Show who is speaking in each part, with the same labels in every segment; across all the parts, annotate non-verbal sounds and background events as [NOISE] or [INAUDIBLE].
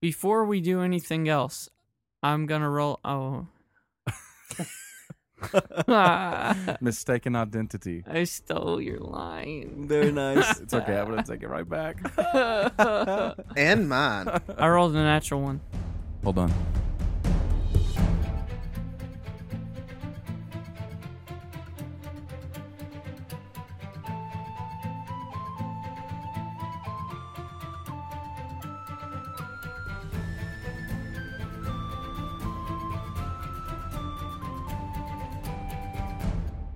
Speaker 1: Before we do anything else, I'm gonna roll.
Speaker 2: [LAUGHS]
Speaker 1: Oh, [LAUGHS] I
Speaker 2: Mistaken identity.
Speaker 1: stole your line.
Speaker 3: Very
Speaker 2: [LAUGHS]
Speaker 3: nice.
Speaker 2: It's okay. I'm gonna take it right back.
Speaker 1: I
Speaker 4: And mine.
Speaker 1: rolled a natural one.
Speaker 2: Hold on.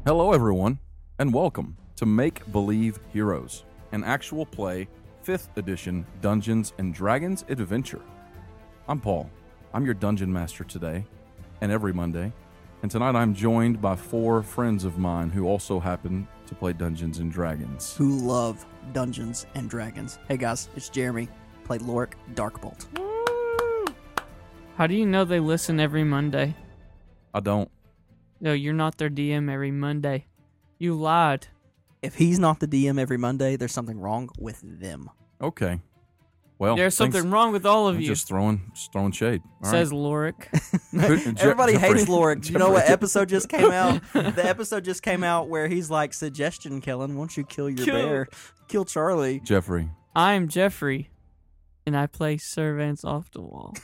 Speaker 2: Hello, everyone, and welcome to Make Believe Heroes, an actual play 5th edition Dungeons and Dragons adventure. I'm Paul. I'm your dungeon master today and every Monday. And tonight I'm joined by four friends of mine who also happen to play Dungeons and Dragons.
Speaker 3: Who love Dungeons and Dragons? Hey guys, it's Jeremy. Play Lorik Darkbolt.
Speaker 1: How do you know they listen every Monday?
Speaker 2: I don't.
Speaker 1: No, you're not their DM every Monday. You lied.
Speaker 3: If he's not the DM every Monday, there's something wrong with them.
Speaker 2: Okay. Well,
Speaker 1: There's
Speaker 2: Oh, thanks-
Speaker 1: something wrong with all of
Speaker 2: I'm
Speaker 1: you.
Speaker 2: Just throwing, just throwing shade. All
Speaker 1: says Lorik.
Speaker 2: [LAUGHS] right. Je-
Speaker 3: [LAUGHS] Everybody
Speaker 2: Jeffrey-
Speaker 3: hates Lorik. You know what
Speaker 2: Jeffrey-
Speaker 3: episode just came out? The episode just came out where he's like, suggestion, Kellen, won't you kill your
Speaker 1: Kill-
Speaker 3: bear? Kill Charlie.
Speaker 2: Jeffrey.
Speaker 1: I'm Jeffrey, and I play servants off the wall.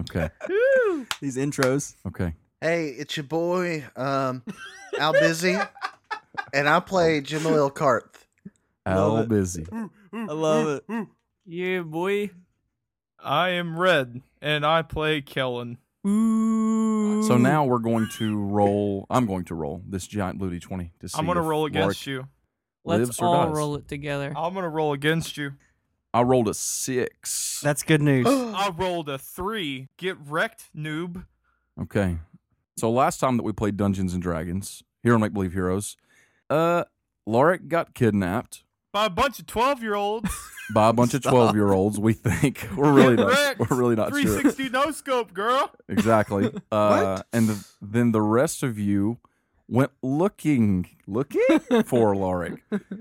Speaker 2: Okay.
Speaker 3: These intros. [LAUGHS]
Speaker 2: Okay.
Speaker 4: Hey, it's your boy, um, Al Busy, and I play Jamil Karth.
Speaker 2: Al
Speaker 3: it.
Speaker 2: busy.
Speaker 3: I love it.
Speaker 1: Yeah, boy.
Speaker 5: I am Red, and I play Kellen.
Speaker 1: Ooh.
Speaker 5: Mm.
Speaker 2: So now we're going to roll. I'm going to roll this giant blue d20 to see.
Speaker 5: I'm gonna
Speaker 2: if
Speaker 5: roll
Speaker 2: Lorik
Speaker 5: against you.
Speaker 1: let's
Speaker 2: lives or
Speaker 1: all
Speaker 2: dies.
Speaker 1: roll it together.
Speaker 5: I'm gonna roll against you.
Speaker 2: I rolled a six.
Speaker 3: That's good
Speaker 4: [GASPS]
Speaker 3: news.
Speaker 5: I rolled a three. Get wrecked, noob.
Speaker 2: Okay. So last time that we played Dungeons and Dragons here on Make Believe Heroes, uh, Lorik got kidnapped
Speaker 5: By a bunch of twelve year olds.
Speaker 2: [LAUGHS] by a bunch of
Speaker 3: Stop.
Speaker 2: twelve year olds. We think [LAUGHS] we're really
Speaker 5: Get
Speaker 2: not,
Speaker 5: wrecked.
Speaker 2: we're really not
Speaker 5: Three
Speaker 2: sure
Speaker 5: [LAUGHS] sixty no scope, girl.
Speaker 2: exactly. Uh, And the, then the rest of you went looking looking
Speaker 3: [LAUGHS]
Speaker 2: for Lorik.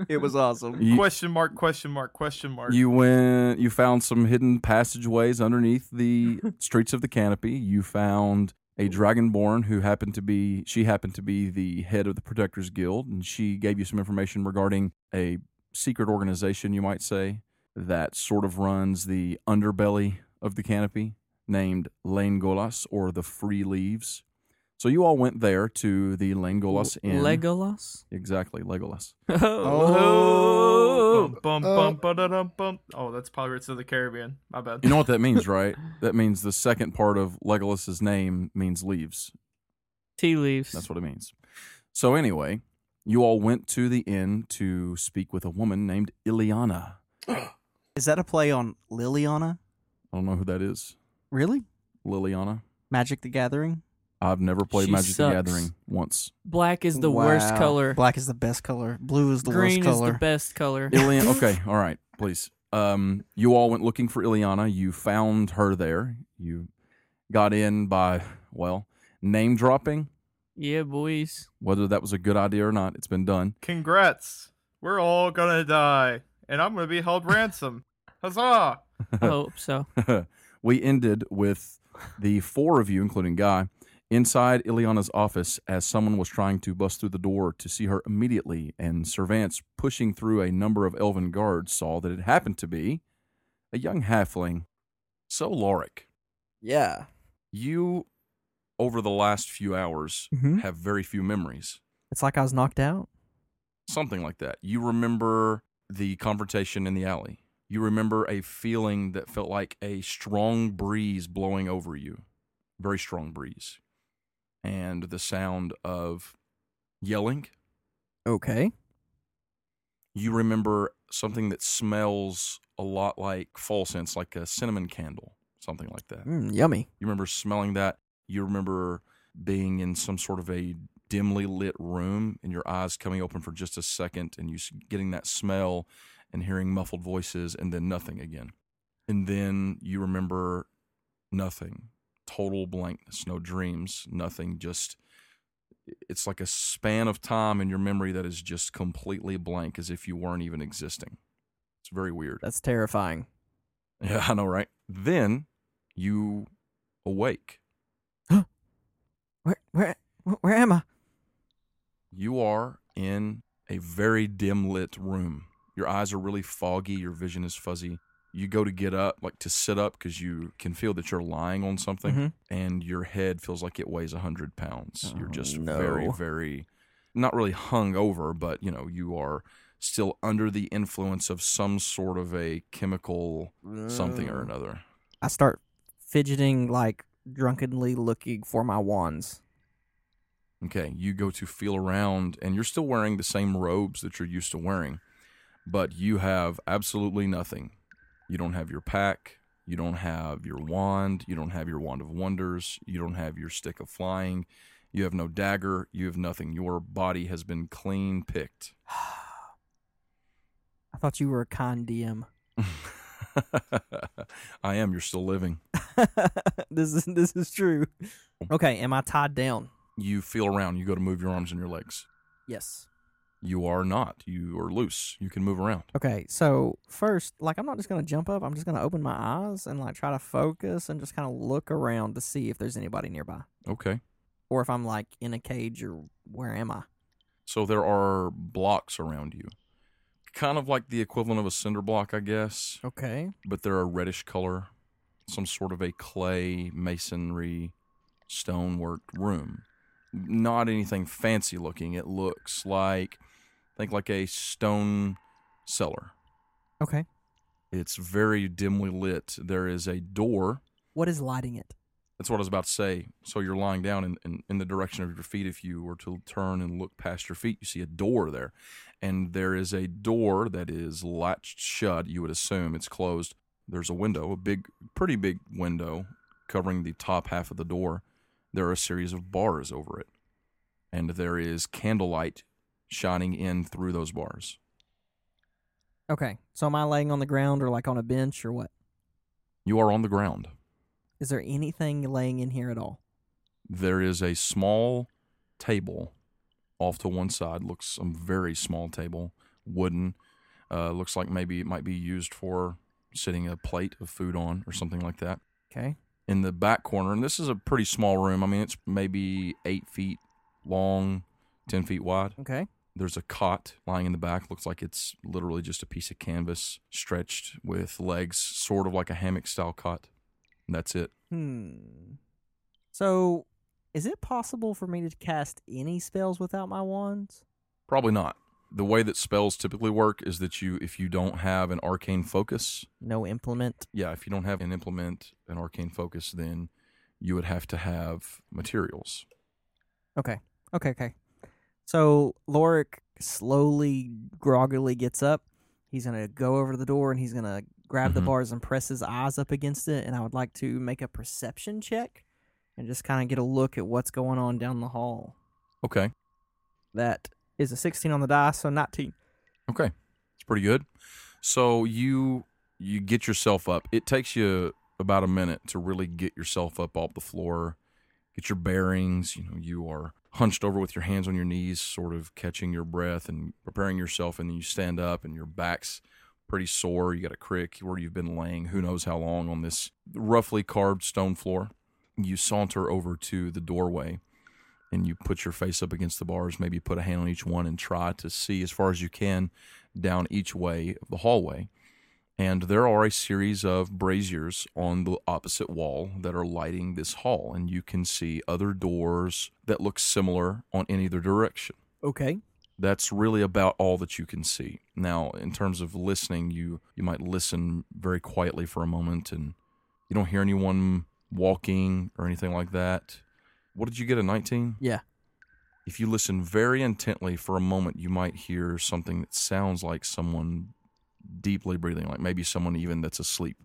Speaker 3: It was awesome.
Speaker 2: You-
Speaker 5: Question mark, question mark, question mark.
Speaker 2: You went. You found some hidden passageways underneath
Speaker 5: [LAUGHS]
Speaker 2: the streets of the canopy. You found a dragonborn who happened to be. She happened to be the head of the Protectors Guild, and she gave you some information regarding a secret organization, you might say, that sort of runs the underbelly of the canopy, named Lane Golas or the Free Leaves. So you all went there to the Lane Golas Inn.
Speaker 1: Legolas.
Speaker 2: Exactly, Legolas.
Speaker 1: Oh.
Speaker 5: Bum, bum,
Speaker 4: Oh.
Speaker 5: bum, ba-da-dum, bum. Oh, that's Pirates of the Caribbean. My bad.
Speaker 2: You know what that means, right? That means the second part of Legolas's name means leaves.
Speaker 1: Tea leaves.
Speaker 2: That's what it means. So anyway, you all went to the inn to speak with a woman named Iliana.
Speaker 3: Is that a play on Liliana?
Speaker 2: I don't know who that is.
Speaker 3: Really?
Speaker 2: Liliana.
Speaker 3: Magic the Gathering?
Speaker 2: I've never played
Speaker 1: She
Speaker 2: Magic
Speaker 1: sucks.
Speaker 2: the Gathering once.
Speaker 1: Black is the worst
Speaker 3: Wow.
Speaker 1: color.
Speaker 3: Black is the best color. Blue is the
Speaker 1: Green
Speaker 3: worst
Speaker 1: is
Speaker 3: color.
Speaker 1: the best color. [LAUGHS]
Speaker 2: Iliana. Okay, all right, please. Um, you all went looking for Iliana. You found her there. You got in by well name dropping.
Speaker 1: yeah, boys.
Speaker 2: Whether that was a good idea or not, it's been done.
Speaker 5: Congrats. We're all gonna die, and I'm gonna be
Speaker 2: [LAUGHS]
Speaker 5: held ransom. Huzzah!
Speaker 1: I hope so.
Speaker 2: we ended with the four of you, including Guy, inside Ileana's office as someone was trying to bust through the door to see her immediately, and Servance, pushing through a number of elven guards, saw that it happened to be a young halfling. So, Lorik,
Speaker 3: yeah.
Speaker 2: you, over the last few hours,
Speaker 3: Mhm.
Speaker 2: have very few memories.
Speaker 3: It's like I was knocked out.
Speaker 2: Something like that. You remember the confrontation in the alley. You remember a feeling that felt like a strong breeze blowing over you, very strong breeze, and the sound of yelling.
Speaker 3: Okay.
Speaker 2: You remember something that smells a lot like fall scents, like a cinnamon candle, something like that.
Speaker 3: Mm, yummy.
Speaker 2: You remember smelling that. You remember being in some sort of a dimly lit room and your eyes coming open for just a second and you s- getting that smell and hearing muffled voices and then nothing again. And then you remember nothing. Total blankness, no dreams, nothing. Just it's like a span of time in your memory that is just completely blank as if you weren't even existing. It's very weird.
Speaker 3: That's terrifying.
Speaker 2: [LAUGHS] Yeah, I know, right? Then you awake.
Speaker 3: Where where where am I?
Speaker 2: You are in a very dim lit room. Your eyes are really foggy. Your vision is fuzzy. You go to get up, like to sit up, because you can feel that you're lying on something,
Speaker 3: Mhm.
Speaker 2: and your head feels like it weighs 100 pounds. you're
Speaker 3: Oh,
Speaker 2: just
Speaker 3: no.
Speaker 2: very, very, not really hung over, but you know, you are still under the influence of some sort of a chemical [GASPS] something
Speaker 3: Mm.
Speaker 2: or another.
Speaker 3: I start fidgeting like drunkenly looking for my wands. [SIGHS]
Speaker 2: Okay, you go to feel around, and you're still wearing the same robes that you're used to wearing, but you have absolutely nothing. You don't have your pack. You don't have your wand. You don't have your wand of wonders. You don't have your stick of flying. You have no dagger. You have nothing. Your body has been clean picked. [LAUGHS]
Speaker 3: I thought you were a con DM.
Speaker 2: I am. You're still living.
Speaker 3: [LAUGHS] this is this is true. Okay, am I tied down?
Speaker 2: You feel around. You go to move your arms and your legs.
Speaker 3: Yes.
Speaker 2: You are not. You are loose. You can move around.
Speaker 3: Okay, so first, like I'm not just gonna jump up. I'm just gonna open my eyes and like try to focus and just kind of look around to see if there's anybody nearby
Speaker 2: Okay.
Speaker 3: or if I'm like in a cage or where am I?
Speaker 2: So there are blocks around you, kind of like the equivalent of a cinder block, I guess,
Speaker 3: Okay.
Speaker 2: but they're a reddish color, some sort of a clay masonry stonework room. Not anything fancy looking. It looks like, think like a stone cellar.
Speaker 3: Okay.
Speaker 2: It's very dimly lit. There is a door.
Speaker 3: What is lighting it?
Speaker 2: That's what I was about to say. So you're lying down in, in, in the direction of your feet. If you were to turn and look past your feet, you see a door there. And there is a door that is latched shut. You would assume it's closed. There's a window, a big, pretty big window covering the top half of the door. There are a series of bars over it. And there is candlelight shining in through those bars.
Speaker 3: Okay. So am I laying on the ground or like on a bench or what?
Speaker 2: You are on the ground.
Speaker 3: Is there anything laying in here at all?
Speaker 2: there is a small table off to one side. Looks a very small table, wooden. Uh, looks like maybe it might be used for sitting a plate of food on or something like that.
Speaker 3: Okay.
Speaker 2: In the back corner, and this is a pretty small room. I mean, it's maybe eight feet long, ten feet wide.
Speaker 3: Okay.
Speaker 2: There's a cot lying in the back. Looks like it's literally just a piece of canvas stretched with legs, sort of like a hammock style cot. And that's it.
Speaker 3: Hmm. So, is it possible for me to cast any spells without my wands?
Speaker 2: Probably not. The way that spells typically work is that you, if you don't have an arcane focus,
Speaker 3: No implement.
Speaker 2: yeah, if you don't have an implement, an arcane focus, then you would have to have materials.
Speaker 3: Okay. Okay. Okay. So Lorik slowly, groggily gets up. He's gonna go over to the door and he's gonna grab the
Speaker 2: Mhm.
Speaker 3: bars and press his eyes up against it. And I would like to make a perception check and just kind of get a look at what's going on down the hall.
Speaker 2: Okay.
Speaker 3: That is a sixteen on the die, so nineteen.
Speaker 2: Okay. It's pretty good. So you you get yourself up. It takes you about a minute to really get yourself up off the floor, get your bearings. You know, you are hunched over with your hands on your knees, sort of catching your breath and preparing yourself, and then you stand up and your back's pretty sore. You got a crick where you've been laying who knows how long on this roughly carved stone floor. You saunter over to the doorway and you put your face up against the bars, maybe put a hand on each one and try to see as far as you can down each way of the hallway. And there are a series of braziers on the opposite wall that are lighting this hall, and you can see other doors that look similar on any other direction
Speaker 3: Okay.
Speaker 2: that's really about all that you can see. Now, in terms of listening, you you might listen very quietly for a moment and you don't hear anyone walking or anything like that. What did you get a 19?
Speaker 3: Yeah.
Speaker 2: If you listen very intently for a moment, you might hear something that sounds like someone deeply breathing, like maybe someone even that's asleep.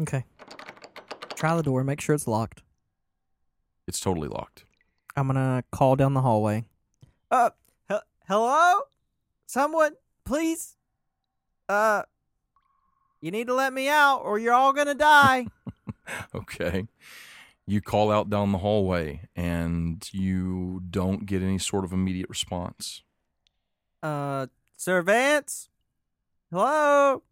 Speaker 3: Okay. Try the door. Make sure it's locked.
Speaker 2: It's totally locked. [LAUGHS]
Speaker 3: I'm gonna call down the hallway. Uh, he- hello, someone, please. Uh, you need to let me out, or you're all gonna [LAUGHS] die.
Speaker 2: Okay. You call out down the hallway and you don't get any sort of immediate response.
Speaker 3: uh, Sir Vance, hello.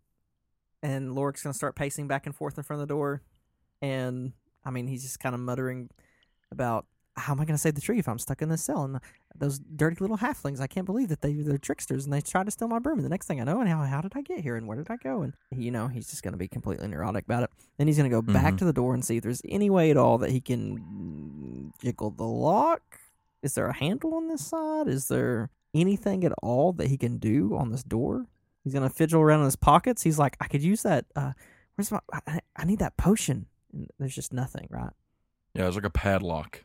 Speaker 3: and Lorik's gonna start pacing back and forth in front of the door, and I mean he's just kind of muttering about how am I gonna save the tree if I'm stuck in this cell and those dirty little halflings. I can't believe that they they're tricksters and they tried to steal my broom. And the next thing I know, and how how did I get here and where did I go? And you know he's just gonna be completely neurotic about it. Then he's gonna go back
Speaker 2: Mhm.
Speaker 3: to the door and see if there's any way at all that he can jiggle the lock. Is there a handle on this side? Is there anything at all that he can do on this door? He's gonna fidget around in his pockets. He's like, I could use that. Uh, where's my? I- I, I need that potion. And there's just nothing, right?
Speaker 2: Yeah, it's like a padlock.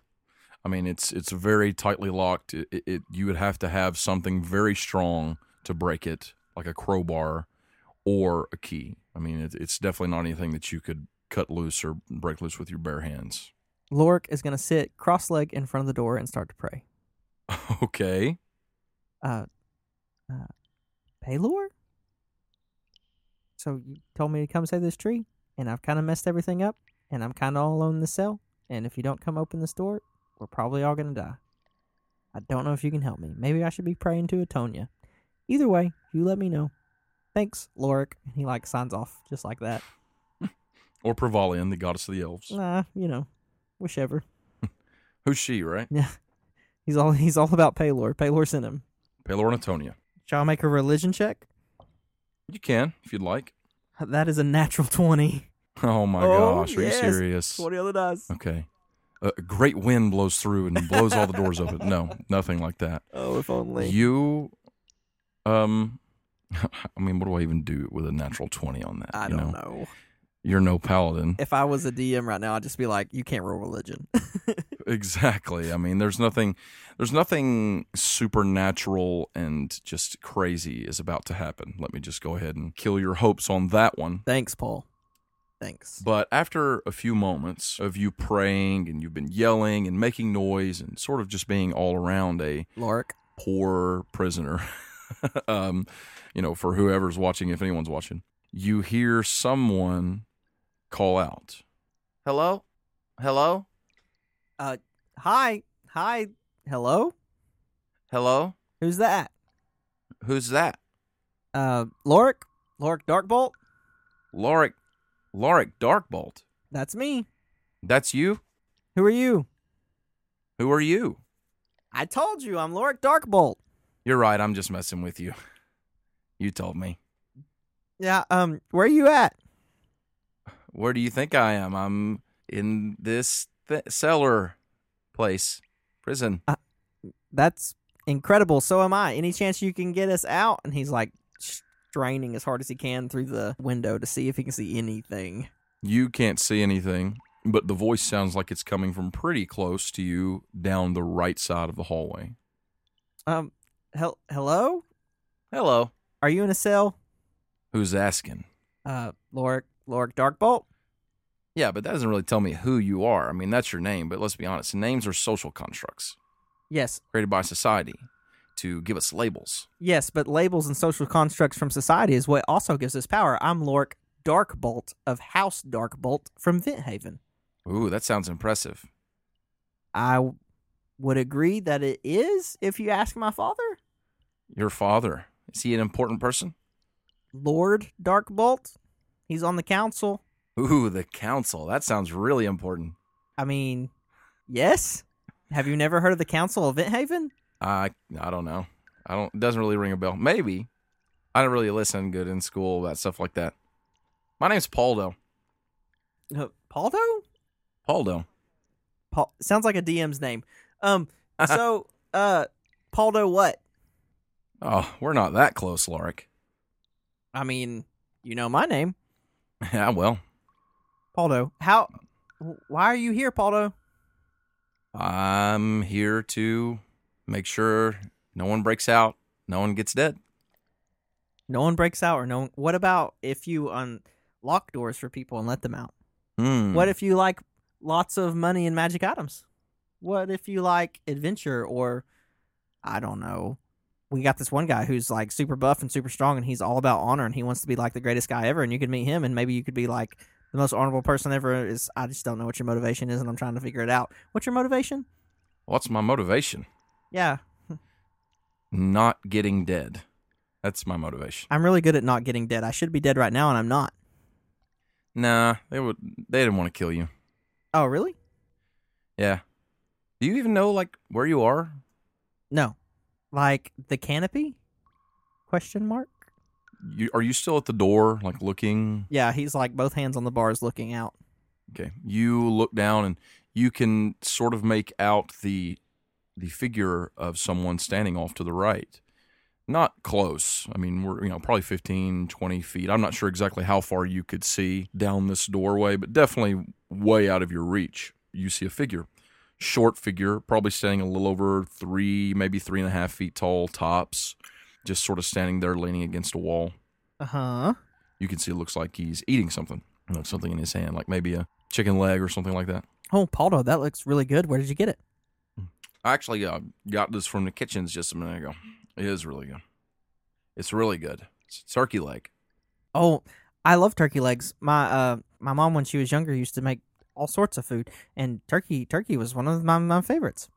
Speaker 2: I mean, it's it's very tightly locked. It, it, it you would have to have something very strong to break it, like a crowbar or a key. I mean, it, it's definitely not anything that you could cut loose or break loose with your bare hands. [LAUGHS]
Speaker 3: Lorik is gonna sit cross-legged in front of the door and start to pray.
Speaker 2: Okay.
Speaker 3: Uh, uh, Paylor. So you told me to come save this tree, and I've kind of messed everything up, and I'm kind of all alone in the cell. And if you don't come open this door, we're probably all gonna die. I don't know if you can help me. Maybe I should be praying to Atonia. Either way, you let me know. Thanks, Lorik. And he like signs off just like that.
Speaker 2: Or Prevalian, the goddess of the elves.
Speaker 3: Nah, you know, whichever.
Speaker 2: Who's she, right?
Speaker 3: He's all [LAUGHS] he's all about Paylor. Paylor sent him.
Speaker 2: Palor and Antonia.
Speaker 3: Shall I make a religion check?
Speaker 2: You can, if you'd like. [LAUGHS]
Speaker 3: That is a natural twenty.
Speaker 2: Oh my
Speaker 3: Oh,
Speaker 2: gosh, are
Speaker 3: yes.
Speaker 2: you serious?
Speaker 3: Twenty on
Speaker 2: [LAUGHS]
Speaker 3: the dice.
Speaker 2: Okay. A a great wind blows through and blows all the doors open. No, [LAUGHS] nothing like that.
Speaker 3: Oh, if only.
Speaker 2: You, um, [LAUGHS] I mean, what do I even do with a natural twenty on that?
Speaker 3: I
Speaker 2: you
Speaker 3: don't know.
Speaker 2: You're no paladin,
Speaker 3: If I was a DM right now, I'd just be like, "You can't roll [LAUGHS] religion."
Speaker 2: [LAUGHS] exactly. I mean, there's nothing, there's nothing supernatural and just crazy is about to happen. Let me just go ahead and kill your hopes on that one.
Speaker 3: Thanks, Paul. Thanks.
Speaker 2: But after a few moments of you praying and you've been yelling and making noise and sort of just being all around a
Speaker 3: Lorik.
Speaker 2: poor prisoner, [LAUGHS] um, you know, for whoever's watching, if anyone's watching, you hear someone call out.
Speaker 4: Hello? Hello?
Speaker 3: Hi, hi, hello.
Speaker 4: Hello?
Speaker 3: Who's that?
Speaker 4: Who's that?
Speaker 3: Uh, Lorik. Lorik Darkbolt.
Speaker 2: Lorik, Lorik Darkbolt,
Speaker 3: That's me.
Speaker 2: that's you?
Speaker 3: Who are you?
Speaker 2: Who are you?
Speaker 3: I told you, I'm Lorik Darkbolt.
Speaker 2: You're right, I'm just messing with you. [LAUGHS] You told me.
Speaker 3: Yeah. Um, where are you at?
Speaker 2: Where do you think I am? I'm in this th- cellar place, prison.
Speaker 3: That's incredible. So am I. Any chance you can get us out? And he's like straining as hard as he can through the window to see if he can see anything.
Speaker 2: You can't see anything, but the voice sounds like it's coming from pretty close to you down the right side of the hallway.
Speaker 3: Um, hel- hello?
Speaker 2: Hello.
Speaker 3: Are you in a cell?
Speaker 2: Who's asking?
Speaker 3: Uh, Lorik, Lorik Darkbolt?
Speaker 2: Yeah, but that doesn't really tell me who you are. I mean, that's your name, but let's be honest. Names are social constructs
Speaker 3: Yes,
Speaker 2: created by society to give us labels.
Speaker 3: yes, but labels and social constructs from society is what also gives us power. I'm Lorik Darkbolt of House Darkbolt from Venthaven.
Speaker 2: Ooh, that sounds impressive.
Speaker 3: I w- would agree that it is if you ask my father.
Speaker 2: Your father, is he an important person?
Speaker 3: Lord Darkbolt, he's on the council.
Speaker 2: Ooh, the council. That sounds really important.
Speaker 3: I mean, yes. Have you never heard of the Council of Venthaven?
Speaker 2: I I don't know. I don't it doesn't really ring a bell. Maybe. I don't really listen good in school about stuff like that. My name's Paldo.
Speaker 3: Uh, Paldo?
Speaker 2: Paldo.
Speaker 3: Paul sounds like a DM's name. Um so uh Paldo what?
Speaker 2: Oh, we're not that close, Lorik.
Speaker 3: I mean, you know my name.
Speaker 2: [LAUGHS] Yeah, well,
Speaker 3: Paldo. How why are you here, Paldo?
Speaker 2: I'm here to make sure no one breaks out, no one gets dead.
Speaker 3: No one breaks out or no one what about if you unlock doors for people and let them out?
Speaker 2: Hmm.
Speaker 3: What if you like lots of money and magic items? What if you like adventure or I don't know. We got this one guy who's like super buff and super strong and he's all about honor and he wants to be like the greatest guy ever and you could meet him and maybe you could be like the most honorable person ever is I just don't know what your motivation is and I'm trying to figure it out. What's your motivation?
Speaker 2: What's my motivation?
Speaker 3: Yeah,
Speaker 2: Not getting dead. That's my motivation.
Speaker 3: I'm really good at not getting dead. I should be dead right now and I'm not.
Speaker 2: Nah, they would. They didn't want to kill you.
Speaker 3: Oh, really?
Speaker 2: Yeah. Do you even know like where you are?
Speaker 3: No. Like the canopy? Question mark?
Speaker 2: You are you still at the door, like looking?
Speaker 3: Yeah, he's like both hands on the bars looking out.
Speaker 2: Okay. You look down and you can sort of make out the the figure of someone standing off to the right. Not close. I mean, we're you know probably 15, 20 feet. I'm not sure exactly how far you could see down this doorway, but definitely way out of your reach. You see a figure, short figure, probably standing a little over three, maybe three and a half feet tall tops, just sort of standing there leaning against a wall
Speaker 3: Uh huh.
Speaker 2: you can see it looks like he's eating something, you know, something in his hand, like maybe a chicken leg or something like that.
Speaker 3: Oh, Paldo, that looks really good. Where did you get it?
Speaker 2: I actually uh, got this from the kitchens just a minute ago. It is really good. It's really good. It's turkey leg.
Speaker 3: Oh, I love turkey legs. My uh, my mom when she was younger used to make all sorts of food, and turkey turkey was one of my my favorites.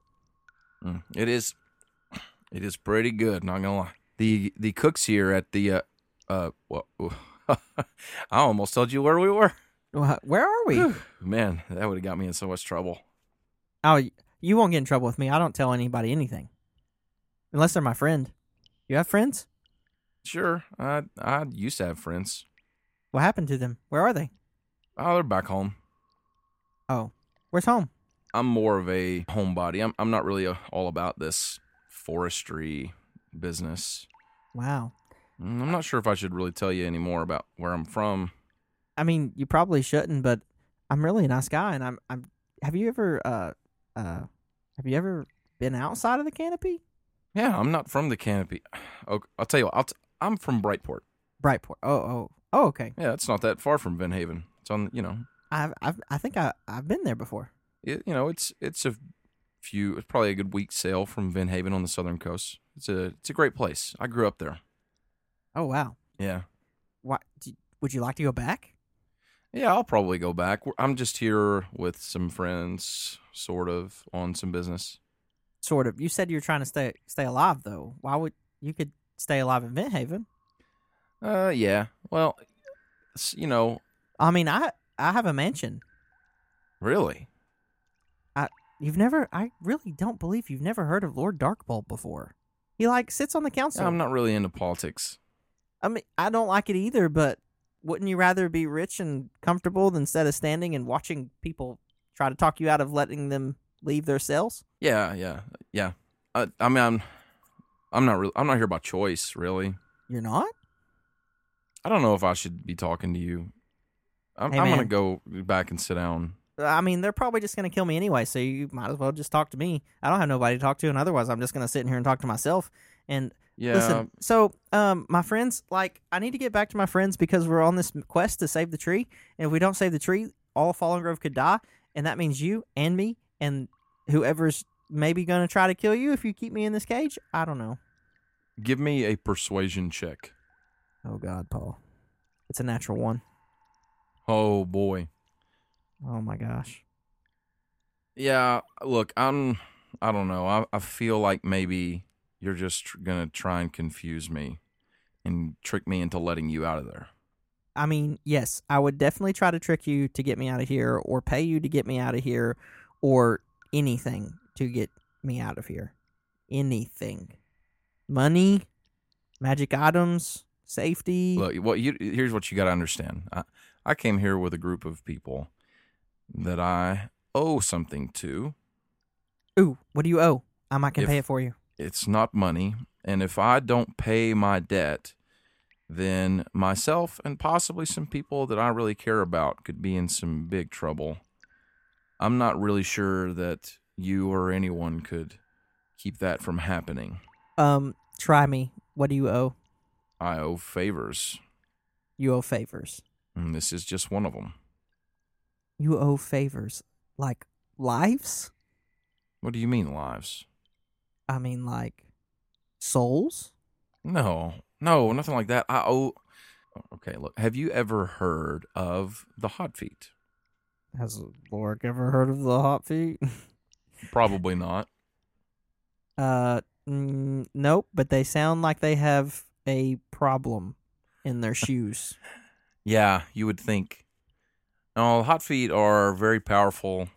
Speaker 2: Mm, It is. [CLEARS THROAT] It is pretty good. Not gonna lie. The the cooks here at the uh uh well, [LAUGHS] I almost told you where we were.
Speaker 3: Wha- Where are we?
Speaker 2: Whew, Man, that would have got me in so much trouble.
Speaker 3: oh, y- you won't get in trouble with me. I don't tell anybody anything, unless they're my friend. You have friends?
Speaker 2: Sure, I I used to have friends.
Speaker 3: What happened to them? Where are they?
Speaker 2: Oh, they're back home.
Speaker 3: Oh, where's home?
Speaker 2: I'm more of a homebody. I'm I'm not really a, all about this forestry business.
Speaker 3: Wow.
Speaker 2: Mm, I'm not sure if I should really tell you any more about where I'm from.
Speaker 3: I mean, you probably shouldn't, but I'm really a nice guy, and I'm I'm. Have you ever uh uh have you ever been outside of the canopy?
Speaker 2: Yeah, I'm not from the canopy. Okay, I'll tell you. What, I'll t- I'm from Brightport.
Speaker 3: Brightport. Oh oh oh. Okay.
Speaker 2: Yeah, it's not that far from Van Haven. It's on you know
Speaker 3: I've, I've I think I I've been there before.
Speaker 2: it, you know it's it's a few it's probably a good week sail from Van Haven on the southern coast. It's a it's a great place. I grew up there.
Speaker 3: Oh wow.
Speaker 2: Yeah.
Speaker 3: What do, would you like to go back?
Speaker 2: Yeah, I'll probably go back. We're- I'm just here with some friends, sort of, on some business.
Speaker 3: Sort of. You said you're trying to stay stay alive though. Why would you could stay alive in Vent Haven?
Speaker 2: Uh, yeah. Well, s- you know,
Speaker 3: I mean, I I have a mansion.
Speaker 2: really,
Speaker 3: You've never I really don't believe you've never heard of Lord Darkbolt before. He like sits on the council.
Speaker 2: I'm not really into politics.
Speaker 3: I mean, I don't like it either, but wouldn't you rather be rich and comfortable than instead of standing and watching people try to talk you out of letting them leave their cells?
Speaker 2: Yeah, yeah, yeah. I, I mean, I'm, I'm not really, I'm not here by choice, really.
Speaker 3: You're not?
Speaker 2: I don't know if I should be talking to you. I'm,
Speaker 3: Hey,
Speaker 2: I'm gonna
Speaker 3: man.
Speaker 2: go back and sit down.
Speaker 3: I mean, they're probably just going to kill me anyway, so you might as well just talk to me. I don't have nobody to talk to, and otherwise, I'm just going to sit in here and talk to myself. And
Speaker 2: Yeah,
Speaker 3: listen, so um, my friends, like, I need to get back to my friends because we're on this quest to save the tree. And if we don't save the tree, all of Fallen Grove could die, and that means you and me and whoever's maybe going to try to kill you if you keep me in this cage. I don't know.
Speaker 2: give me a persuasion check.
Speaker 3: Oh God, Paul, it's a natural one.
Speaker 2: Oh boy.
Speaker 3: Oh my gosh.
Speaker 2: Yeah. Look, I'm. I don't know. I, I feel like maybe you're just tr- gonna try and confuse me, and trick me into letting you out of there.
Speaker 3: I mean, yes, I would definitely try to trick you to get me out of here or pay you to get me out of here or anything to get me out of here. Anything. Money, magic items, safety.
Speaker 2: Look, what you here's what you got to understand. I, I came here with a group of people that I owe something to.
Speaker 3: Ooh, what do you owe? Um, I can
Speaker 2: If-
Speaker 3: pay it for you.
Speaker 2: It's not money, and if I don't pay my debt, then myself and possibly some people that I really care about could be in some big trouble. I'm not really sure that you or anyone could keep that from happening.
Speaker 3: Um, try me. What do you owe?
Speaker 2: I owe favors,
Speaker 3: You owe favors.
Speaker 2: and this is just one of them.
Speaker 3: You owe favors. Like lives?
Speaker 2: What do you mean, lives?
Speaker 3: I mean, like souls?
Speaker 2: No, no, nothing like that. I oh, okay. Look, have you ever heard of the hot feet?
Speaker 3: Has Lorik ever heard of the hot feet? [LAUGHS]
Speaker 2: Probably not.
Speaker 3: Uh, mm, nope. But they sound like they have
Speaker 2: [LAUGHS]
Speaker 3: a problem in their shoes.
Speaker 2: Yeah, you would think. No, Hot Feet are a very powerful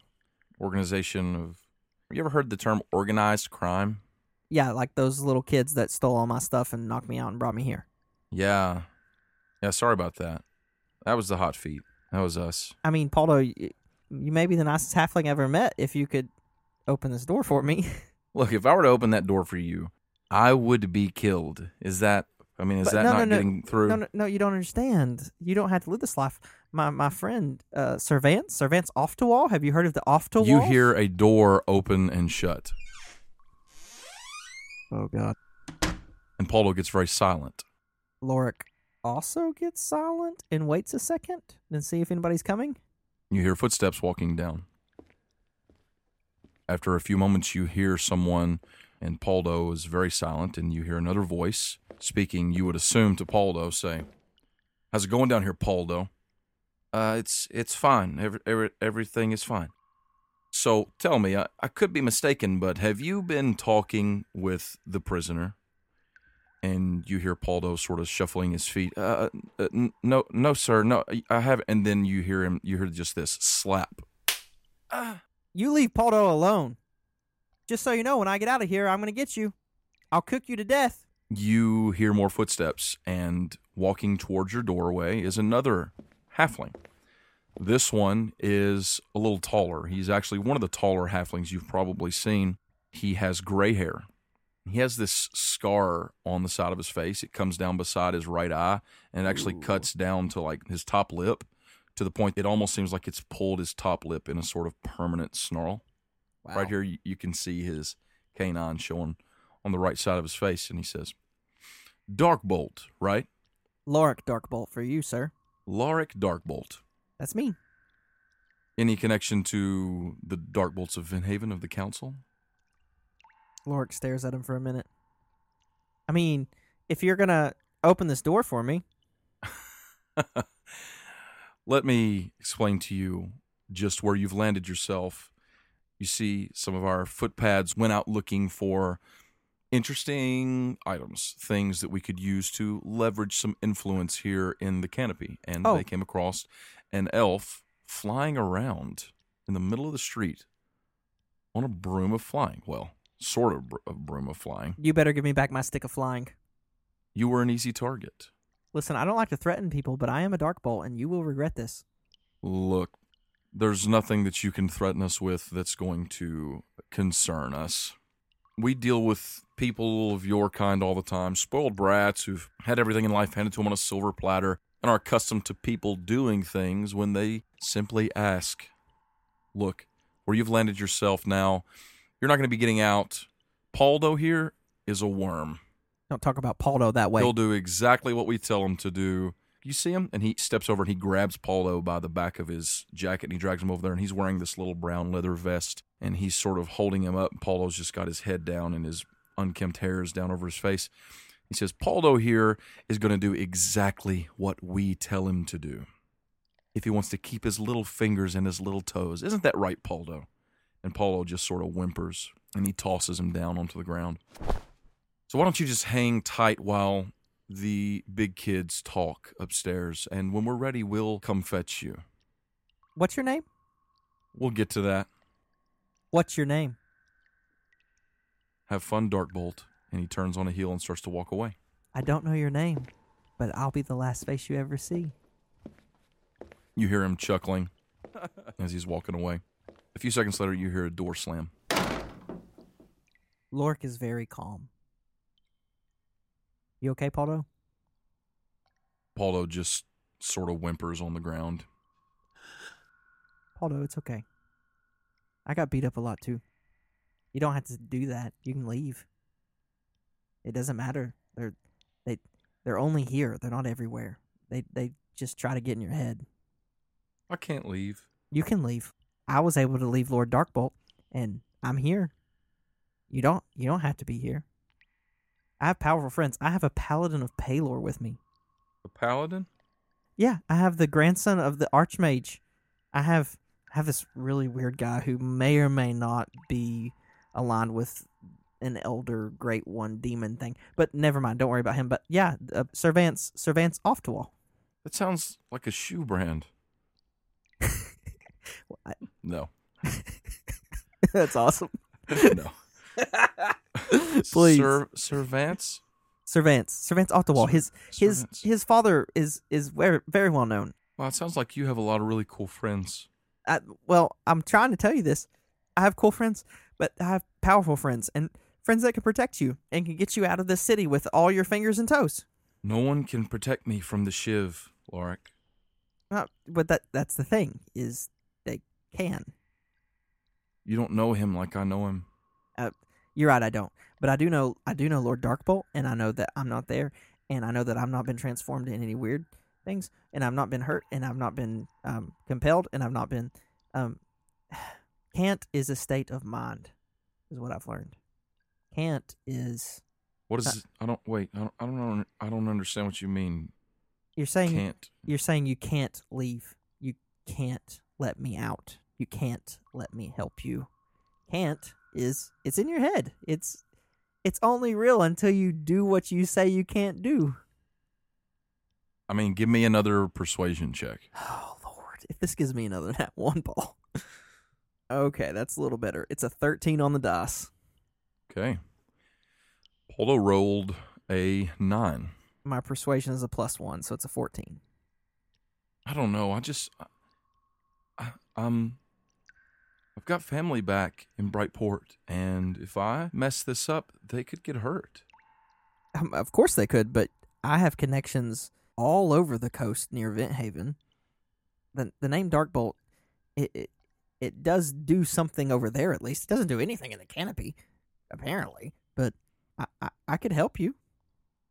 Speaker 2: organization of. You ever heard the term organized crime?
Speaker 3: Yeah, like those little kids that stole all my stuff and knocked me out and brought me here.
Speaker 2: Yeah. Yeah, sorry about that. That was the Hot Feet. That was us.
Speaker 3: I mean, Paulo, y- you may be the nicest halfling I ever met if you could open this door for me.
Speaker 2: Look, if I were to open that door for you, I would be killed. Is that. I mean, is
Speaker 3: [LAUGHS] But
Speaker 2: that
Speaker 3: no, no,
Speaker 2: not
Speaker 3: no.
Speaker 2: getting through?
Speaker 3: No, no, no, you don't understand. You don't have to live this life. My my friend, uh, Servance, Servance off to wall. Have you heard of the off to wall?
Speaker 2: You hear a door open and shut,
Speaker 3: Oh God,
Speaker 2: and Paulo gets very silent.
Speaker 3: Lorik also gets silent and waits a second and see if anybody's coming.
Speaker 2: You hear footsteps walking down. After a few moments, you hear someone, and Paldo is very silent, and you hear another voice speaking, you would assume, to Paldo, say, How's it going down here, Paldo? Uh, it's it's fine. Every, every, everything is fine. So tell me, I, I could be mistaken, but have you been talking with the prisoner? And you hear Paldo sort of shuffling his feet. Uh, uh, n- no, no, sir, no, I haven't. And then you hear him. You hear just this slap.
Speaker 3: You leave Poldo alone. Just so you know, when I get out of here, I'm gonna get you. I'll cook you to death.
Speaker 2: You hear more footsteps, and walking towards your doorway is another halfling. This one is a little taller. He's actually one of the taller halflings you've probably seen. He has gray hair. He has this scar on the side of his face. It comes down beside his right eye and it actually cuts down to like his top lip to the point it almost seems like it's pulled his top lip in a sort of permanent snarl. Right here, you, you can see his canine showing on the right side of his face, and he says, "Darkbolt, right?
Speaker 3: Lorik Darkbolt for you, sir.
Speaker 2: Laric Darkbolt.
Speaker 3: That's me.
Speaker 2: Any connection to the Darkbolts of Vinhaven of the Council?
Speaker 3: Lorik stares at him for a minute. I mean, if you're gonna open this door for me,
Speaker 2: Let me explain to you just where you've landed yourself. You see, some of our footpads went out looking for interesting items, things that we could use to leverage some influence here in the canopy. And
Speaker 3: Oh.
Speaker 2: they came across an elf flying around in the middle of the street on a broom of flying. Well, sort of br- a broom of flying.
Speaker 3: you better give me back my stick of flying.
Speaker 2: You were an easy target.
Speaker 3: Listen, I don't like to threaten people, but I am a Darkbolt, and you will regret this.
Speaker 2: Look, there's nothing that you can threaten us with that's going to concern us. We deal with people of your kind all the time, spoiled brats who've had everything in life handed to them on a silver platter and are accustomed to people doing things when they simply ask. Look, where you've landed yourself now, you're not going to be getting out. Paldo here is a worm.
Speaker 3: Don't talk about Poldo that way.
Speaker 2: He'll do exactly what we tell him to do. You see him, and he steps over and he grabs Paulo by the back of his jacket and he drags him over there. And he's wearing this little brown leather vest, and he's sort of holding him up. Paulo's just got his head down and his unkempt hair is down over his face. He says, Paulo here is going to do exactly what we tell him to do. If he wants to keep his little fingers and his little toes. Isn't that right, Paulo? And Paulo just sort of whimpers and he tosses him down onto the ground. So why don't you just hang tight while the big kids talk upstairs, and when we're ready, we'll come fetch you.
Speaker 3: What's your name?
Speaker 2: We'll get to that.
Speaker 3: What's your name?
Speaker 2: Have fun, Darkbolt. And he turns on a heel and starts to walk away.
Speaker 3: I don't know your name, but I'll be the last face you ever see.
Speaker 2: You hear him chuckling as he's walking away. A few seconds later, you hear a door slam.
Speaker 3: Lork is very calm. You okay, Poldo?
Speaker 2: Paulo just sort of whimpers on the ground.
Speaker 3: Poldo, it's okay. I got beat up a lot too. You don't have to do that. You can leave. It doesn't matter. They're they they're only here. They're not everywhere. They they just try to get in your head.
Speaker 2: I can't leave.
Speaker 3: You can leave. I was able to leave Lord Darkbolt, and I'm here. You don't you don't have to be here. I have powerful friends. I have a paladin of Palor with me.
Speaker 2: A paladin?
Speaker 3: Yeah, I have the grandson of the Archmage. I have I have this really weird guy who may or may not be aligned with an elder great one demon thing. But never mind, don't worry about him. But yeah, uh, Servance Servance off to wall. [LAUGHS]
Speaker 2: That sounds like a shoe brand.
Speaker 3: [LAUGHS]
Speaker 2: No,
Speaker 3: That's awesome.
Speaker 2: no.
Speaker 3: Please.
Speaker 2: Sir, Sir Vance.
Speaker 3: Servance, Servance Ottawal.
Speaker 2: Sir-
Speaker 3: His
Speaker 2: Sir
Speaker 3: his
Speaker 2: Vance.
Speaker 3: his father is is very very well known.
Speaker 2: Wow, it sounds like you have a lot of really cool friends.
Speaker 3: I, well, I'm trying to tell you this. I have cool friends, but I have powerful friends and friends that can protect you and can get you out of this city with all your fingers and toes.
Speaker 2: No one can protect me from the Shiv, Lorik.
Speaker 3: Uh, but that that's the thing is they can.
Speaker 2: You don't know him like I know him.
Speaker 3: You're right, I don't. But I do know I do know Lord Darkbolt, and I know that I'm not there, and I know that I've not been transformed in any weird things, and I've not been hurt, and I've not been um, compelled, and I've not been. Um, [SIGHS] can't is a state of mind, is what I've learned. Can't is
Speaker 2: What
Speaker 3: Uh,
Speaker 2: is? I don't wait. I don't. I don't. un- I don't understand what you mean.
Speaker 3: you're saying
Speaker 2: Can't.
Speaker 3: you're saying you can't leave, you can't let me out, you can't let me help you. Can't is it's in your head. It's it's only real until you do what you say you can't do.
Speaker 2: I mean, give me another persuasion check.
Speaker 3: Oh Lord! If this gives me another [LAUGHS] nat one ball. Okay, that's a little better. It's a thirteen on the dice.
Speaker 2: Okay. Polo rolled a nine.
Speaker 3: My persuasion is a plus one, so it's a fourteen.
Speaker 2: I don't know. I just, I, I, um, I've got family back in Brightport, and if I mess this up, they could get hurt.
Speaker 3: Um, of course they could, but I have connections all over the coast near Vent Haven. The the name Darkbolt, it, it it does do something over there at least. It doesn't do anything in the canopy, apparently. But I, I, I could help you.